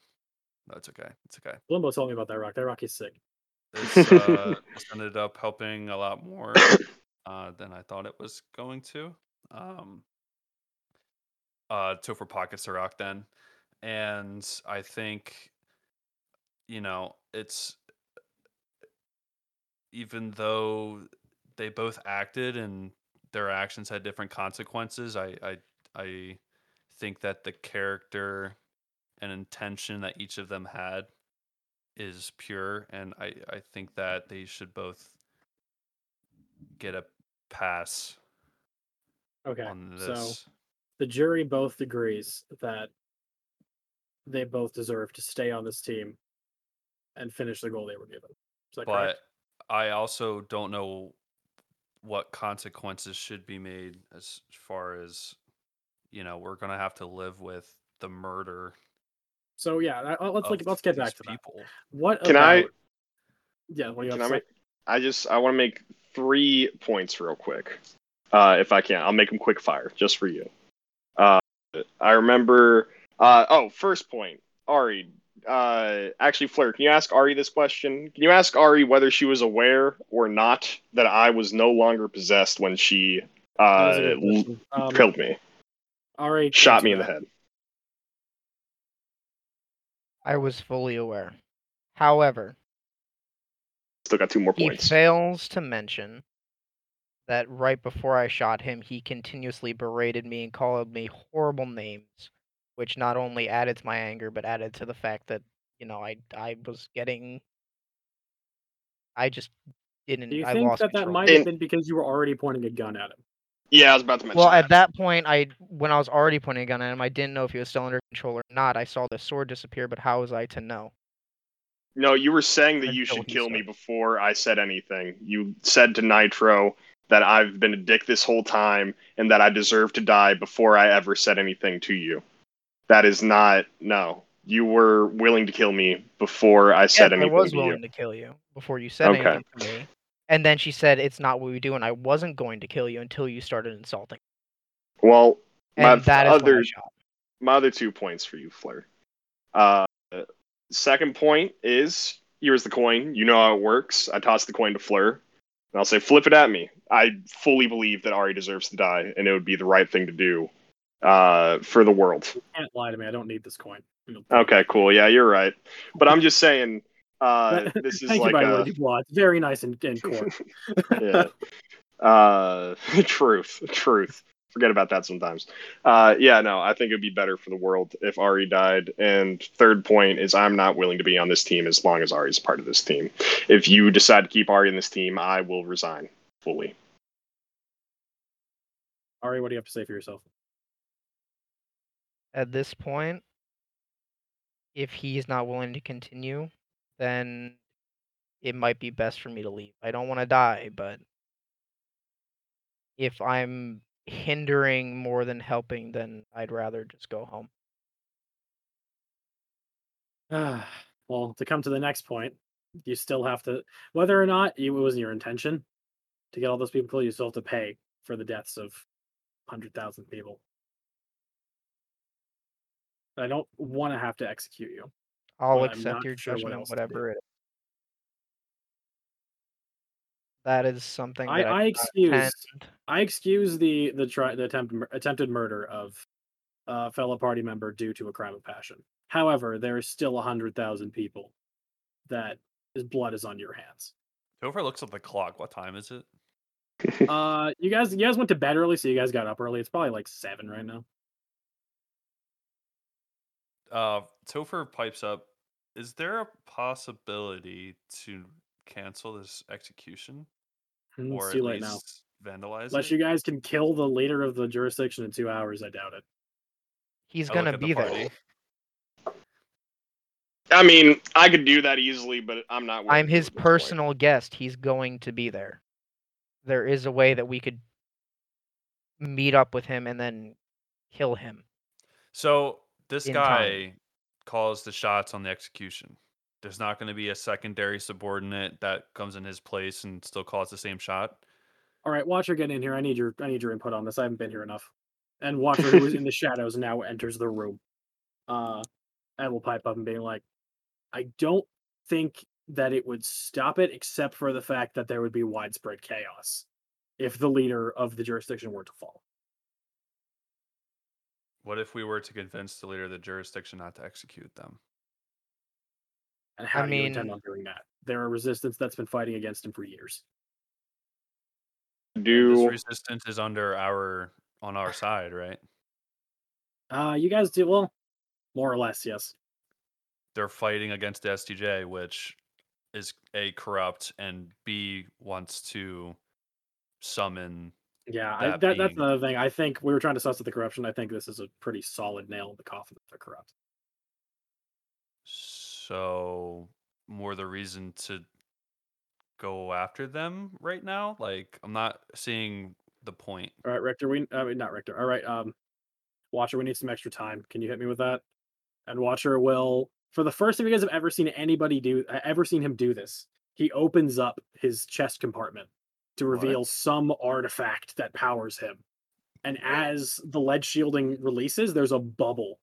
no, it's okay. It's okay. Limbo told me about that rock. That rock is sick. This, uh, this ended up helping a lot more uh, than I thought it was going to. Um, uh, Topher pockets the rock then, and I think, you know, it's even though they both acted and their actions had different consequences, I I I think that the character and intention that each of them had is pure and I, I think that they should both get a pass Okay. on So this. the jury both agrees that they both deserve to stay on this team and finish the goal they were given. Is that but correct? I also don't know what consequences should be made as far as you know we're gonna have to live with the murder. So yeah, I- I- let's of like, let's get these back to that. people. What Can I- about- Yeah, what do you Can have to I say? make? I just I want to make three points real quick, uh, if I can. I'll make them quick fire just for you. Uh, I remember. Uh, oh, first point, Ari. Uh, actually, Flair, can you ask Ari this question? Can you ask Ari whether she was aware or not that I was no longer possessed when she That uh, is a good l- question. Um, killed me, Ari shot answer me in the that. head? I was fully aware. However, Still got two more he points. fails to mention that right before I shot him, he continuously berated me and called me horrible names, which not only added to my anger but added to the fact that you know I I was getting, I just didn't. Do you I think lost that that control. might In- have been because you were already pointing a gun at him? Yeah, I was about to mention. Well, at that. that point, I when I was already pointing a gun at him, I didn't know if he was still under control or not. I saw the sword disappear, but how was I to know? No, you were saying that you Until should he kill me said. before I said anything. You said to Nitro that I've been a dick this whole time and that I deserve to die before I ever said anything to you. That is not no. You were willing to kill me before I said yes, I anything was to willing you. to kill you before you said Okay. anything to me. And then she said, "It's not what we do," and I wasn't going to kill you until you started insulting. Well, My And that is when I other- shot. my other two points for you, Flair. Uh, second point is here's the coin. You know how it works. I toss the coin to Fleur, and I'll say, flip it at me. I fully believe that Ari deserves to die, and it would be the right thing to do uh, for the world. Can't lie to me. I don't need this coin. Okay, cool. Yeah, you're right. But I'm just saying, *laughs* uh, this is Thank like you, by the a way, Dubois. It's very nice and, and *laughs* core. yeah. Uh, *laughs* truth, truth. Forget about that sometimes. Uh, yeah, no, I think it'd be better for the world if Ari died. And third point is, I'm not willing to be on this team as long as Ari's part of this team. If you decide to keep Ari in this team, I will resign fully. Ari, what do you have to say for yourself? At this point, if he's not willing to continue, then it might be best for me to leave. I don't want to die, but if I'm hindering more than helping, then I'd rather just go home. Ah, well, to come to the next point, you still have to, whether or not it was your intention to get all those people killed, you still have to pay for the deaths of 100,000 people. I don't want to have to execute you. I'll Well, I'm accept not your sure what judgment, else to do. whatever it is. That is something I, that I cannot excuse attend. I excuse the the try the attempt, mur- attempted murder of a fellow party member due to a crime of passion. However, there is still a hundred thousand people that his blood is on your hands. Whoever looks at the clock, what time is it? uh, you guys, you guys went to bed early, so you guys got up early. It's probably like seven right now. Uh, Topher pipes up. Is there a possibility to cancel this execution Hmm, or It's at too late least now. vandalize Unless it? you guys can kill the leader of the jurisdiction in two hours, I doubt it. He's I look gonna at the be there. party. I mean, I could do that easily, but I'm not. willing I'm to do it his at this point. personal guest. He's going to be there. There is a way that we could meet up with him and then kill him. So this in guy time. calls the shots on the execution. There's not going to be a secondary subordinate that comes in his place and still calls the same shot. All right, Watcher, get in here. I need your I need your input on this. I haven't been here enough. And Watcher, who is *laughs* in the shadows, now enters the room. Uh, and will pipe up and being like, I don't think that it would stop it, except for the fact that there would be widespread chaos if the leader of the jurisdiction were to fall. What if we were to convince the leader of the jurisdiction not to execute them? And how do you intend mean- on doing that? They're a resistance that's been fighting against him for years. And Do this resistance is under our on our side, right? Uh, you guys do well, more or less, yes. They're fighting against the SDJ, which is a corrupt and B wants to summon Yeah, I, That that, that's being- another thing. I think we were trying to suss out the corruption. I think this is a pretty solid nail in the coffin that they're corrupt. So more the reason to go after them right now. Like I'm not seeing the point. All right, Richter, we I mean, not Richter. All right, um, Watcher, we need some extra time. Can you hit me with that? And Watcher will, for the first time you guys have ever seen anybody do, uh, ever seen him do this, he opens up his chest compartment to What? reveal some artifact that powers him. And as the lead shielding releases, there's a bubble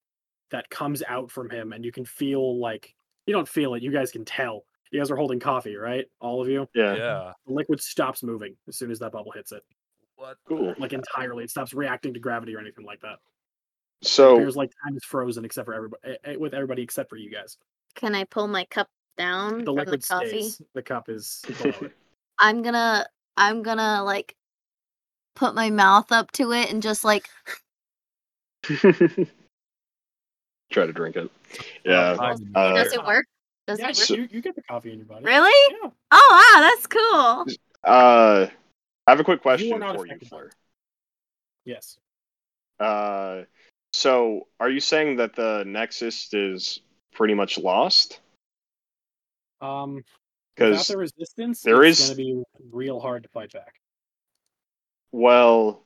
that comes out from him, and you can feel like you don't feel it. You guys can tell. You guys are holding coffee, right? All of you. Yeah. Yeah. The liquid stops moving as soon as that bubble hits it What? Cool. like entirely. It stops reacting to gravity or anything like that. It So appears like time is frozen, except for everybody, eh, with everybody except for you guys. Can I pull my cup down from The the liquid coffee? stays. The *laughs* cup is below it. I'm gonna I'm gonna like put my mouth up to it and just like *laughs* try to drink it. Yeah. Well, Does Uh, does it work? Does yeah, it so- work? you, you get the coffee in your body. Really? Yeah. Oh wow, that's cool. Uh, I have a quick question not for you, affected by Fleur. Yes. Uh, so are you saying that the Nexus is pretty much lost? Um, without Because the resistance, there it's is- going to be real hard to fight back. Well,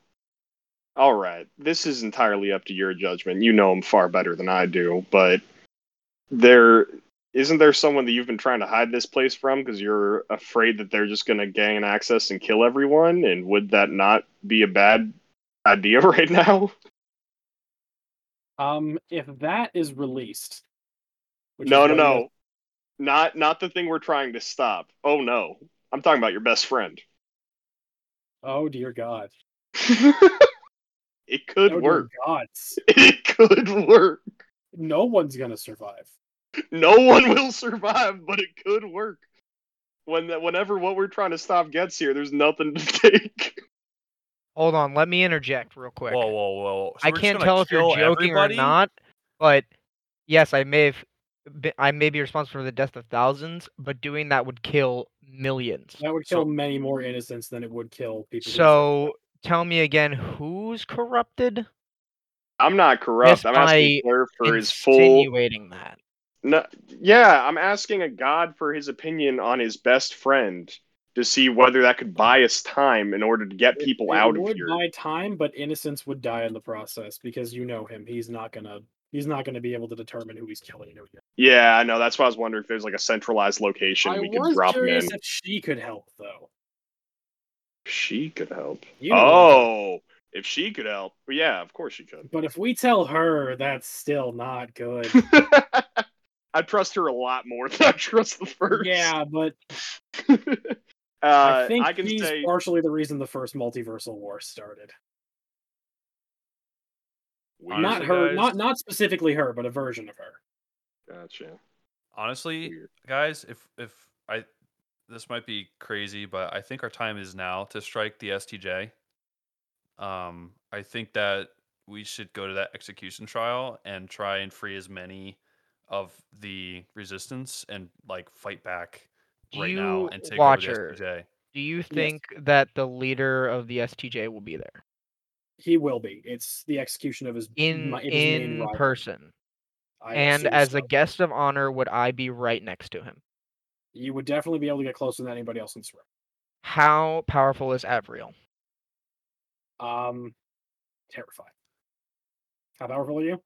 all right. This is entirely up to your judgment. You know him far better than I do, but there isn't there someone that you've been trying to hide this place from because you're afraid that they're just going to gain access and kill everyone? And would that not be a bad idea *laughs* right now? Um, if that is released, which is no, no, what you guys- no. Not not the thing we're trying to stop. Oh no. I'm talking about your best friend. Oh dear God! *laughs* it could oh work. dear gods! It could work. No one's going to survive. no one will survive, but it could work. When that, whenever what we're trying to stop gets here, there's nothing to *laughs* take. Hold on, let me interject real quick. Whoa, whoa, whoa! I So we're just can't gonna tell if you're kill joking everybody? or not, but yes, I may have been, I may be responsible for the death of thousands, but doing that would kill millions. That would So- kill many more innocents than it would kill people. who So tell me again, who's corrupted? I'm not corrupt. Yes, I'm asking I Fleur for his full. Insinuating that. No, yeah, I'm asking a god for his opinion on his best friend to see whether that could buy us time in order to get It- people it out of would here. buy time, but innocence would die in the process because you know him. He's not gonna. He's not gonna be able to determine who he's killing. and who he isn't. yeah, I know. That's why I was wondering if there's like a centralized location I we could was drop him in. curious if she could help though. She could help. You know what I'm oh, if she could help, yeah, of course she *laughs* could. saying. But if we tell her, that's still *laughs* not good. I trust her a lot more *laughs* than I trust the first. yeah, but *laughs* uh, I I, think can he's say partially the reason the first multiversal war started. Weird. not Honestly, her, guys- not not specifically her, but a version of her. Gotcha. Honestly, Weird. guys, if if I this might be crazy, but I think our time is now to strike the STJ. Um, I think that we should go to that execution trial and try and free as many of the resistance and like fight back Do right now you and take over watcher? the STJ. Do you think that the leader of the STJ will be there He will be. It's the execution of his in mi- his main in rival. person? I And assume as so. a guest of honor, would I be right next to him? you would definitely be able to get closer than anybody else in this room. How powerful is Avriel? Um, terrified. How powerful are you?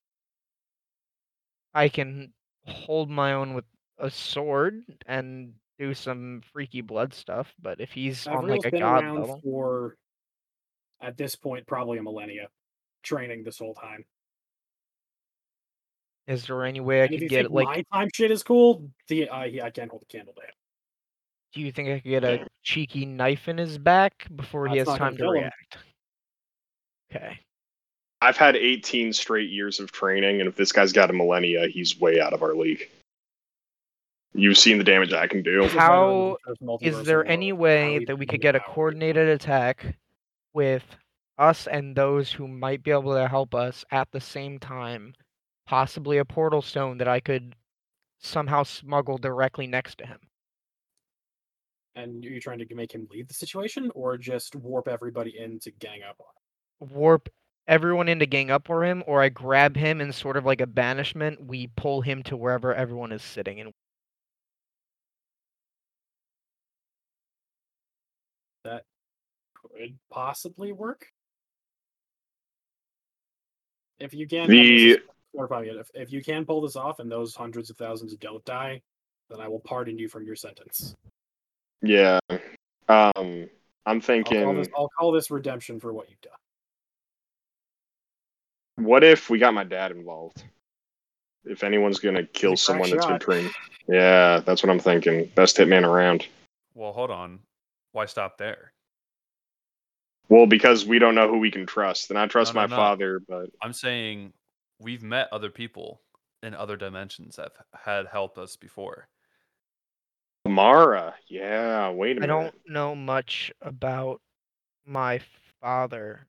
I can hold my own with a sword and do some freaky blood stuff, but if he's on Avril's like a been god around level, for, at this point, probably a millennia, training this whole time. is there any way I and if you could get think like? my time shit is cool, the uh, yeah, I can't hold a candle to him. Do you think I could get a cheeky knife in his back before he That's has not gonna time to kill him. react? Okay. I've had 18 straight years of training, and if this guy's got a millennia, he's way out of our league. You've seen the damage I can do. *laughs* This is why I How really chose multiversal Is there war, any how way he's that we gonna could get a power. coordinated attack with us and those who might be able to help us at the same time? Possibly a portal stone that I could somehow smuggle directly next to him. And you're trying to make him lead the situation, or just warp everybody in to gang up on. him? warp everyone into gang up for him, or I grab him and sort of like a banishment, we pull him to wherever everyone is sitting. And Could possibly work. If you can, The- or probably if, if you can pull this off, and those hundreds of thousands don't die, then I will pardon you from your sentence. Yeah. Um, I'm I'll call, thinking, this, I'll call this redemption for what you've done. what if we got my dad involved? If anyone's gonna kill Crack someone that's been shot. trained. Yeah, that's what I'm thinking. Best hitman around. Well, hold on. Why stop there? Well, because we don't know who we can trust, and I trust No, no, my no. father, but I'm saying we've met other people in other dimensions that have had helped us before. Mara. Yeah, wait a minute. I don't know much about my father,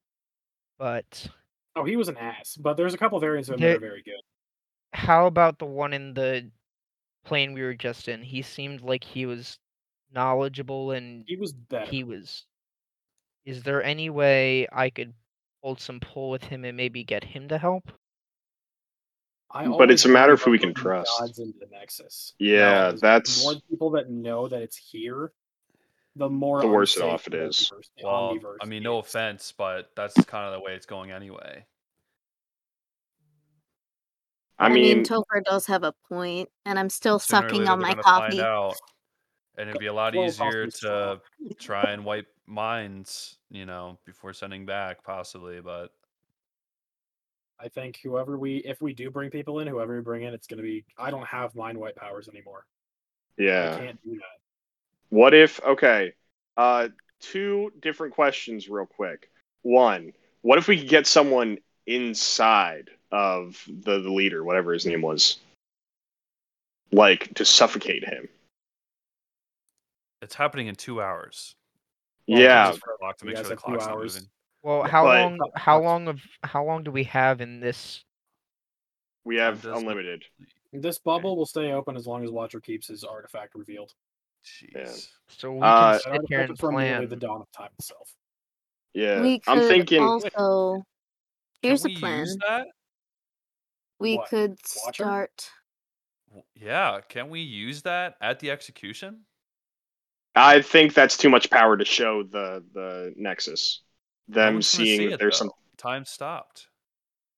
but Oh, he was an ass, but there's a couple variants of him There- that are very good. how about the one in the plane we were just in? He seemed like he was knowledgeable and He was better. he was. Is there any way I could hold some pull with him and maybe get him to help? I But always it's a matter worry if who we about can putting trust. Gods into the Nexus. Yeah, Because that's- the more people that know that it's here. The more The worse it unsafe off it the is. Omniverse- the Well, Omniverse I mean, no is. offense, but that's kind of the way it's going anyway. I mean, Topher does have a point, and I'm still Sooner or sucking later, on they're my gonna find coffee. out, and it'd be a lot Well, easier coffee's strong. to *laughs* try and wipe minds, you know, before sending back, possibly. But I think whoever we, if we do bring people in, whoever we bring in, it's going to be. I don't have mind white powers anymore. I yeah. can't do that. What if? Okay. Uh, two different questions, real quick. One, what if we could get someone inside of the, the leader, whatever his name was, like to suffocate him? it's happening in two hours. Oh, Well, yeah, just for- Clock to you make guys sure the have two clock's not hours. moving. Well, Yeah, how but- long? How long of? How long do we have in this? we have does look- unlimited. This bubble will stay open as long as Watcher keeps his artifact revealed. Jeez. So Uh, we can That sit here artifact and is from nearly plan. the dawn of time itself. Yeah, We could I'm thinking. also. Can Here's a we use plan. that? We What? could *laughs* Watcher? start. *laughs* W- Yeah, can we use that at the execution? I think that's too much power to show the the Nexus. Them Everyone's gonna seeing see that it, there's though. some. Time stopped.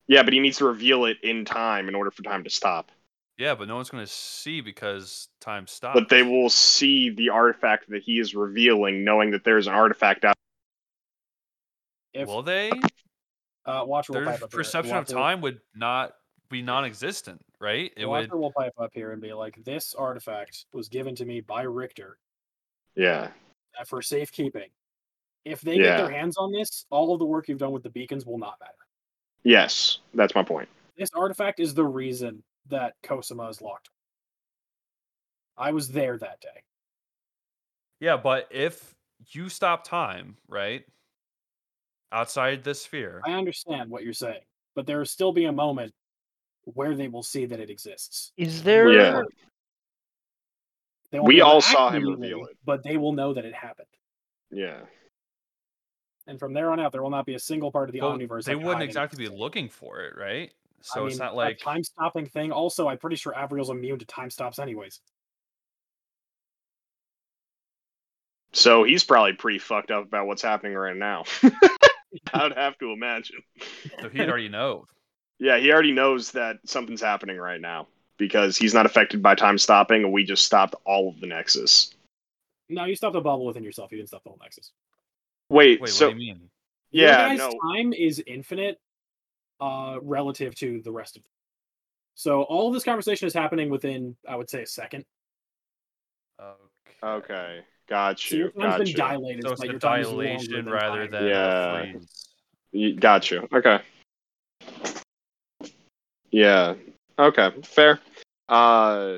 Yeah, but he needs to reveal it in time in order for time to stop. Yeah, but no one's gonna see because time stopped. But they will see the artifact that he is revealing, knowing that there's an artifact out. If Will they? uh, Watcher will Their pipe up here- perception of Watcher will- time would not be non-existent, right? It would. Walker will pipe up here and be like, "This artifact was given to me by Richter Yeah, uh, for safekeeping. If they get their Yeah. hands on this, all of the work you've done with the beacons will not matter. Yes, that's my point. This artifact is the reason that Kosama is locked. I was there that day. Yeah, but if you stop time, right, outside this sphere, I understand what you're saying, but there will still be a moment where they will see that it exists. Is there? Where it Yeah. worked. They won't We be able to all act saw him immediately, reveal it. but they will know that it happened. Yeah, And from there on out, there will not be a single part of the well, omniverse. that they can wouldn't hide exactly be anything. looking for it, right? I So it's mean, not that like time stopping thing. Also, I'm pretty sure Avriel's immune to time stops, anyways. so he's probably pretty fucked up about what's happening right now. *laughs* *laughs* I'd have to imagine. so he'd already know. *laughs* Yeah, he already knows that something's happening right now because he's not affected by time stopping, and we just stopped all of the Nexus. No, you stopped a bubble within yourself. You didn't stop the whole Nexus. Wait, Wait, what so do you mean? Your Yeah, guys' no. time is infinite, uh, relative to the rest of. Them. So all this conversation is happening within, I would say, a second. Uh, okay, got So your you, time's got been you, dilated. So but it's the your time is longer dilation than rather time. than Yeah. a freeze. You- got you. Okay. Yeah. Okay. Fair. Uh,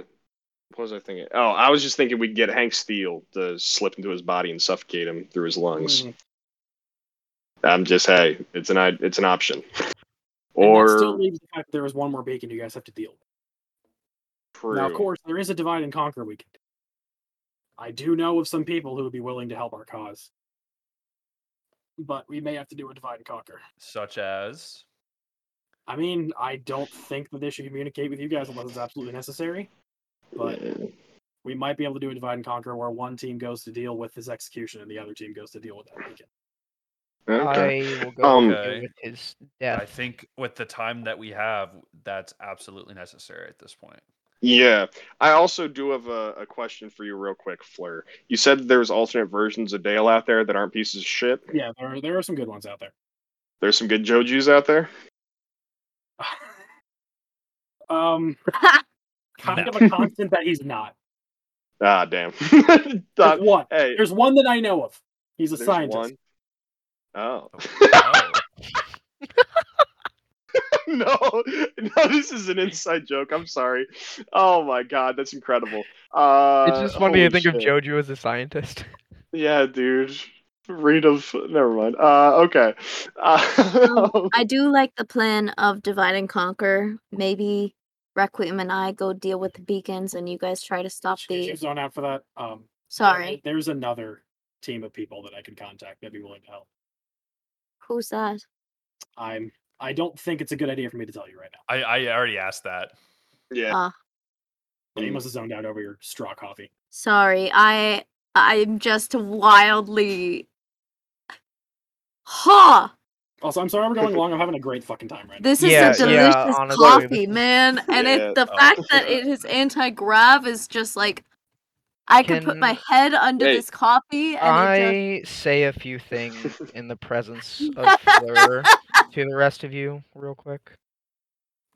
what was I thinking? Oh, I was just thinking we'd get Hank Steele to slip into his body and suffocate him through his lungs. Mm, I'm just hey, it's an i- it's an option. and that Or still leaves the fact that there is one more beacon you guys have to deal with. true. Now, of course, there is a divide and conquer we can. do. I do know of some people who would be willing to help our cause. But we may have to do a divide and conquer. Such as I mean, I don't think that they should communicate with you guys unless it's absolutely necessary. But we might be able to do a divide and conquer where one team goes to deal with his execution and the other team goes to deal with that weekend. Okay. I will go Um, Okay. with his death. I think with the time that we have, that's absolutely necessary at this point. Yeah. I also do have a, a question for you, real quick, Fleur. You said there's alternate versions of Dale out there that aren't pieces of shit. Yeah, there are, there are some good ones out there. *laughs* There's some good Jojus out there. um, kind of a constant that he's not. Ah, damn. *laughs* There's Thought- one. hey, There's one that I know of. He's a there's scientist. one. Oh Oh, *laughs* no, no! This is an inside joke. I'm sorry. Oh my god, that's incredible. Uh, it's just funny to holy think of shit. Jojo as a scientist. Yeah, dude. Read of. Never mind. Uh, okay. Uh, *laughs* I do like the plan of divide and conquer. Maybe Requiem and I go deal with the beacons, and you guys try to stop She- the. She's on out for that. Um, Sorry, There's another team of people that I could contact that'd be willing to help. who's that? I'm. I don't think it's a good idea for me to tell you right now. I, I already asked that. yeah. Ah, But Hmm. you must have zoned out over your straw coffee. sorry. I I'm just wildly. *laughs* Huh. Also, I'm sorry *laughs* we're going long. I'm having a great fucking time right now. This is Yeah, a yeah, delicious honestly, coffee, this- *laughs* man. And Yeah, it, the oh, fact that yeah. it is anti grav is just like I could put my Can head under Hey, this coffee and it I say a few things in the presence of Fleur to the rest of you, real quick.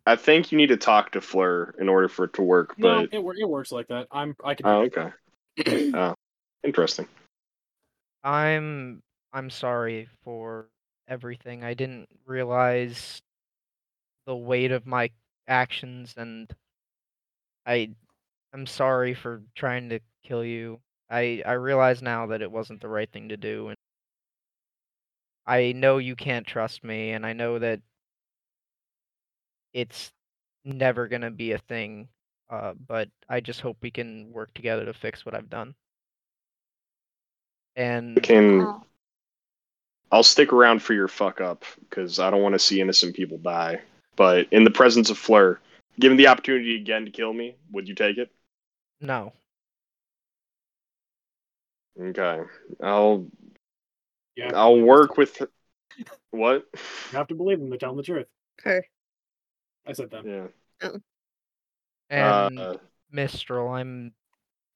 I think you need to talk to Fleur in order for it to work. No, But it, wor- it works like that. I'm. I can. oh, okay. Oh, interesting. I'm I'm sorry for everything. I didn't realize the weight of my actions and I I'm sorry for trying to kill you. I I realize now that it wasn't the right thing to do and I know you can't trust me and I know that it's never going to be a thing. Uh, but I just hope we can work together to fix what I've done. And Hmm. I can. just. I'll stick around for your fuck up because I don't want to see innocent people die. But in the presence of Fleur, given the opportunity again to kill me, would you take it? no. Okay. I'll You have to I'll believe them. work with what? You have to believe them. They're telling the truth. Okay. I said *laughs* them. Yeah. And Uh, Mistral, I'm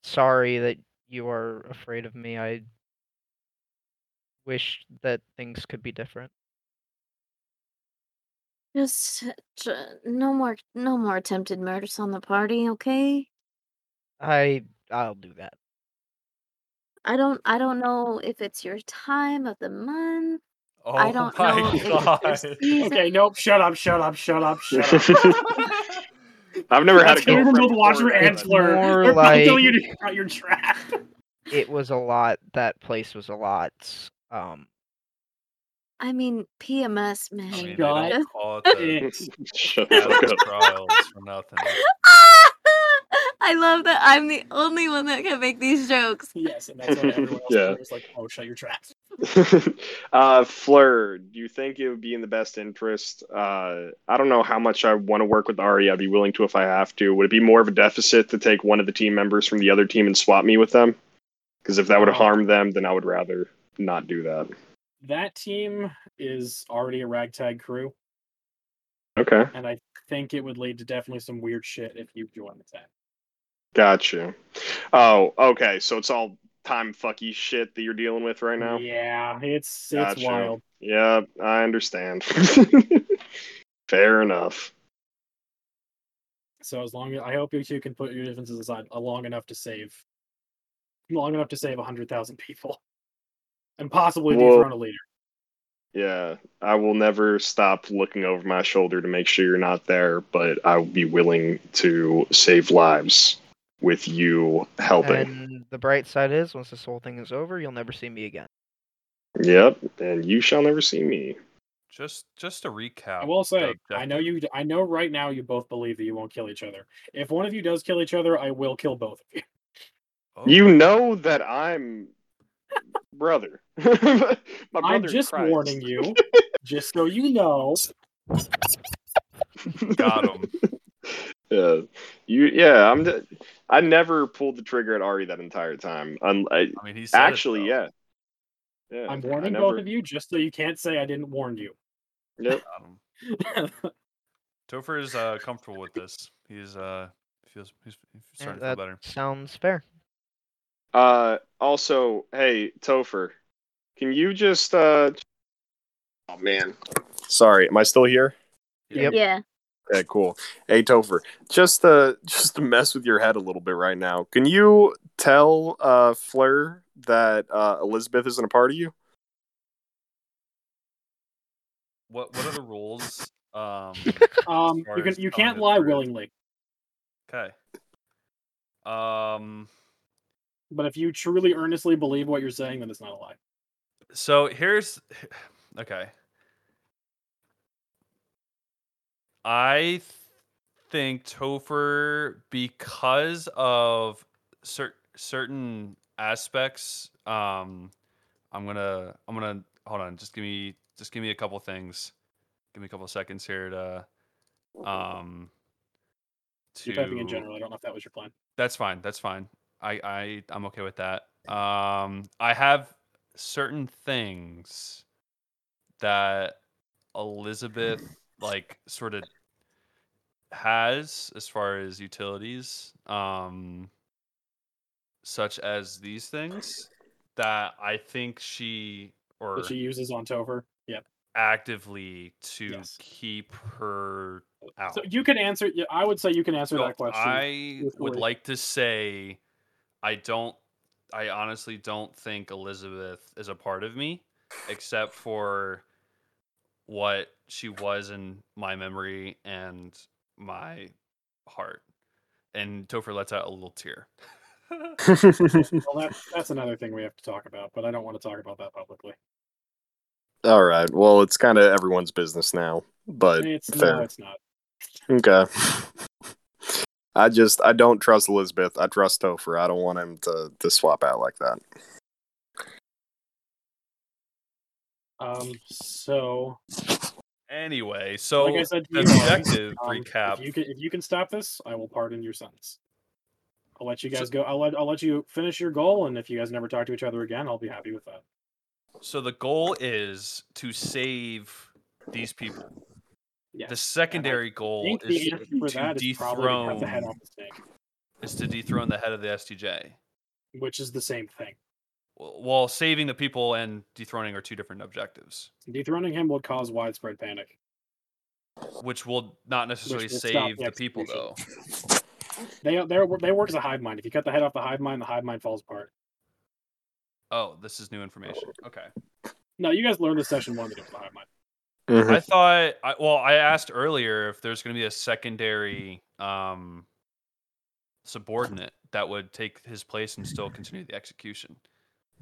sorry that you are afraid of me. I wish that things could be different. Just tr- no more, no more attempted murders on the party, okay? I I'll do that. I don't, I don't know if it's your time of the month. Oh I don't my *laughs* know if *laughs* god. it's your season. Okay. Nope. Shut up. Shut up. Shut up. Shut up. *laughs* I've *laughs* never had a That's gonna girlfriend. remove Watcher before, and but- Fleur. More They're about to tell like- you to shut *laughs* your trap. It was a lot. That place was a lot. Um, I mean, PMS, man. I mean, they God. don't call *laughs* it *laughs* Shut the the *laughs* fuck Adams up. trials for nothing. *laughs* I love that I'm the only one that can make these jokes. Yes, and that's why everyone else *laughs* Yeah. was like, "Oh, shut your trap." *laughs* uh, Fleur, do you think it would be in the best interest? Uh, I don't know how much I want to work with Ari. I'd be willing to if I have to. Would it be more of a deficit to take one of the team members from the other team and swap me with them? Because if that would Oh. harm them, then I would rather not do that. That team is already a ragtag crew, Okay, and I think it would lead to definitely some weird shit if you joined that. got you. Oh, okay. So it's all time fucky shit that you're dealing with right now. Yeah, it's it's Gotcha. wild. Yeah, I understand. *laughs* Fair enough. So as long as I hope you two can put your differences aside uh, long enough to save, long enough to save hundred thousand people, and possibly Well- dethrone a leader. Yeah, I will never stop looking over my shoulder to make sure you're not there, but I will be willing to save lives with you helping. and the bright side is, once this whole thing is over, you'll never see me again. yep, and you shall never see me. Just just to recap. I will say, the I know you. d- I know right now you both believe that you won't kill each other. If one of you does kill each other, I will kill both of you. Oh, You know that I'm brother. *laughs* My I'm brother in just Christ. *laughs* warning you, just so you know. *laughs* got him. Yeah, you. Yeah, I'm. d- I never pulled the trigger at Ari that entire time. Un- I, I mean, he said it, actually, though. yeah. Yeah, I'm warning both of you, just so you can't say I didn't *laughs* warn you. Yep. Got him. Topher is uh, comfortable with this. He's uh feels he's he's Yeah, starting to that feel better. Sounds fair. Uh, also, hey Topher, can you just? uh Oh man, sorry. Am I still here? Yep. Yeah. Okay, cool. Hey Topher, just uh *laughs* just to mess with your head a little bit right now, can you tell uh Fleur that uh Elizabeth isn't a part of you? What what are the rules? Um, Um, far you can as you telling can't it lie through. willingly, okay. Um. but if you truly earnestly believe what you're saying, then it's not a lie. So here's *sighs* okay. I th- think Topher because of cer- certain aspects um I'm going to I'm going to hold on just give me just give me a couple things. Give me a couple seconds here to um You're typing in to- general. I don't know if that was your plan. that's fine. That's fine. I I I'm okay with that. Um, I have certain things that Elizabeth like sort of has as far as utilities, um, such as these things that I think she or That she uses on Topher. Yep. actively to Yes. keep her out. So you can answer. yeah, I would say you can answer So that question. I with would Ori. like to say I don't I honestly don't think Elizabeth is a part of me except for what she was in my memory and my heart. And Topher lets out a little tear. Well, that, that's another thing we have to talk about, but I don't want to talk about that publicly. All right. Well, it's kind of everyone's business now, but It's no, Uh, fair. it's not. Okay. *laughs* I just I don't trust Elizabeth. I trust Topher. I don't want him to to swap out like that. Um, so anyway, so like I said, to you, Ari, objective um, recap. If you can, if you can stop this, I will pardon your sentence. I'll let you guys go. I'll let I'll let you finish your goal, and if you guys never talk to each other again, I'll be happy with that. So the goal is to save these people. Yes. The secondary I goal think is the answer for to that is probably to cut the head dethrone off the snake, is to dethrone the head of the STJ. which is the same thing. Wh- While saving the people and dethroning are two different objectives, Dethroning him would cause widespread panic. which will not necessarily will stop save the the people though. execution. They they they work as a hive mind. If you cut the head off the hive mind, the hive mind falls apart. Oh, this is new information. Okay. No, you guys learned this session one that it was the hive mind. Mm-hmm. I thought I, well, I asked earlier if there's going to be a secondary um subordinate that would take his place and still continue the execution.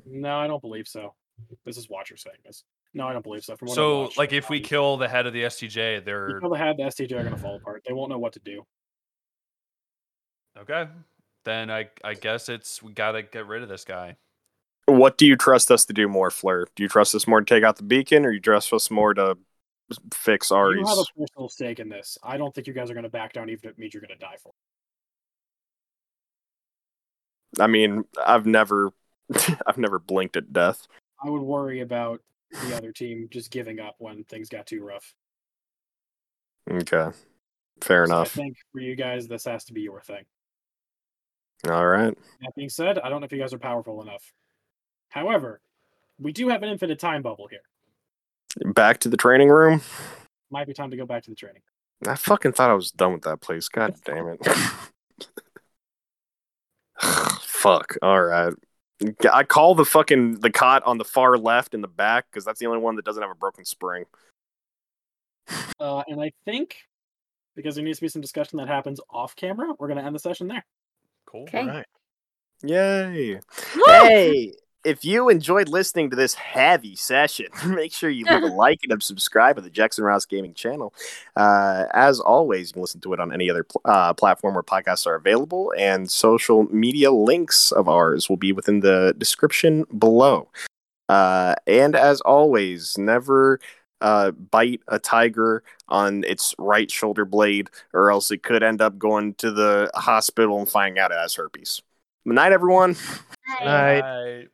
No, I don't believe so. This is Watcher saying this. No, I don't believe so. From what I've So, watched, like if we um, kill the head of the STJ, they're people that have the STJ are gonna fall apart. They won't know what to do. okay. Then I I guess it's we got to get rid of this guy. What do you trust us to do more, Fleur? Do you trust us more to take out the beacon, or you trust us more to fix You Ari's? have a personal stake in this. I don't think you guys are gonna back down, even if it means you're gonna die for. I mean, I've never, *laughs* I've never blinked at death. it. I would worry about the other team just giving up when things got too rough. Okay, fair So enough. I think for you guys, this has to be your thing. All right. That being said, I don't know if you guys are powerful enough. However, we do have an infinite time bubble here. Back to the training room. Might be time to go back to the training. I fucking thought I was done with that place. God damn it. *sighs* Fuck. All right. I call the fucking the cot on the far left in the back because that's the only one that doesn't have a broken spring. Uh, and I think because there needs to be some discussion that happens off camera, we're going to end the session there. Cool. Okay. All right. Yay! Woo! Hey, if you enjoyed listening to this heavy session, *laughs* make sure you leave a like and subscribe to the Jackson Rouse Gaming channel. Uh, as always, you can listen to it on any other pl- uh, platform where podcasts are available, and social media links of ours will be within the description below. Uh, and as always, never uh, bite a tiger on its right shoulder blade, or else it could end up going to the hospital and finding out it has herpes. Good night, everyone. Night. Bye.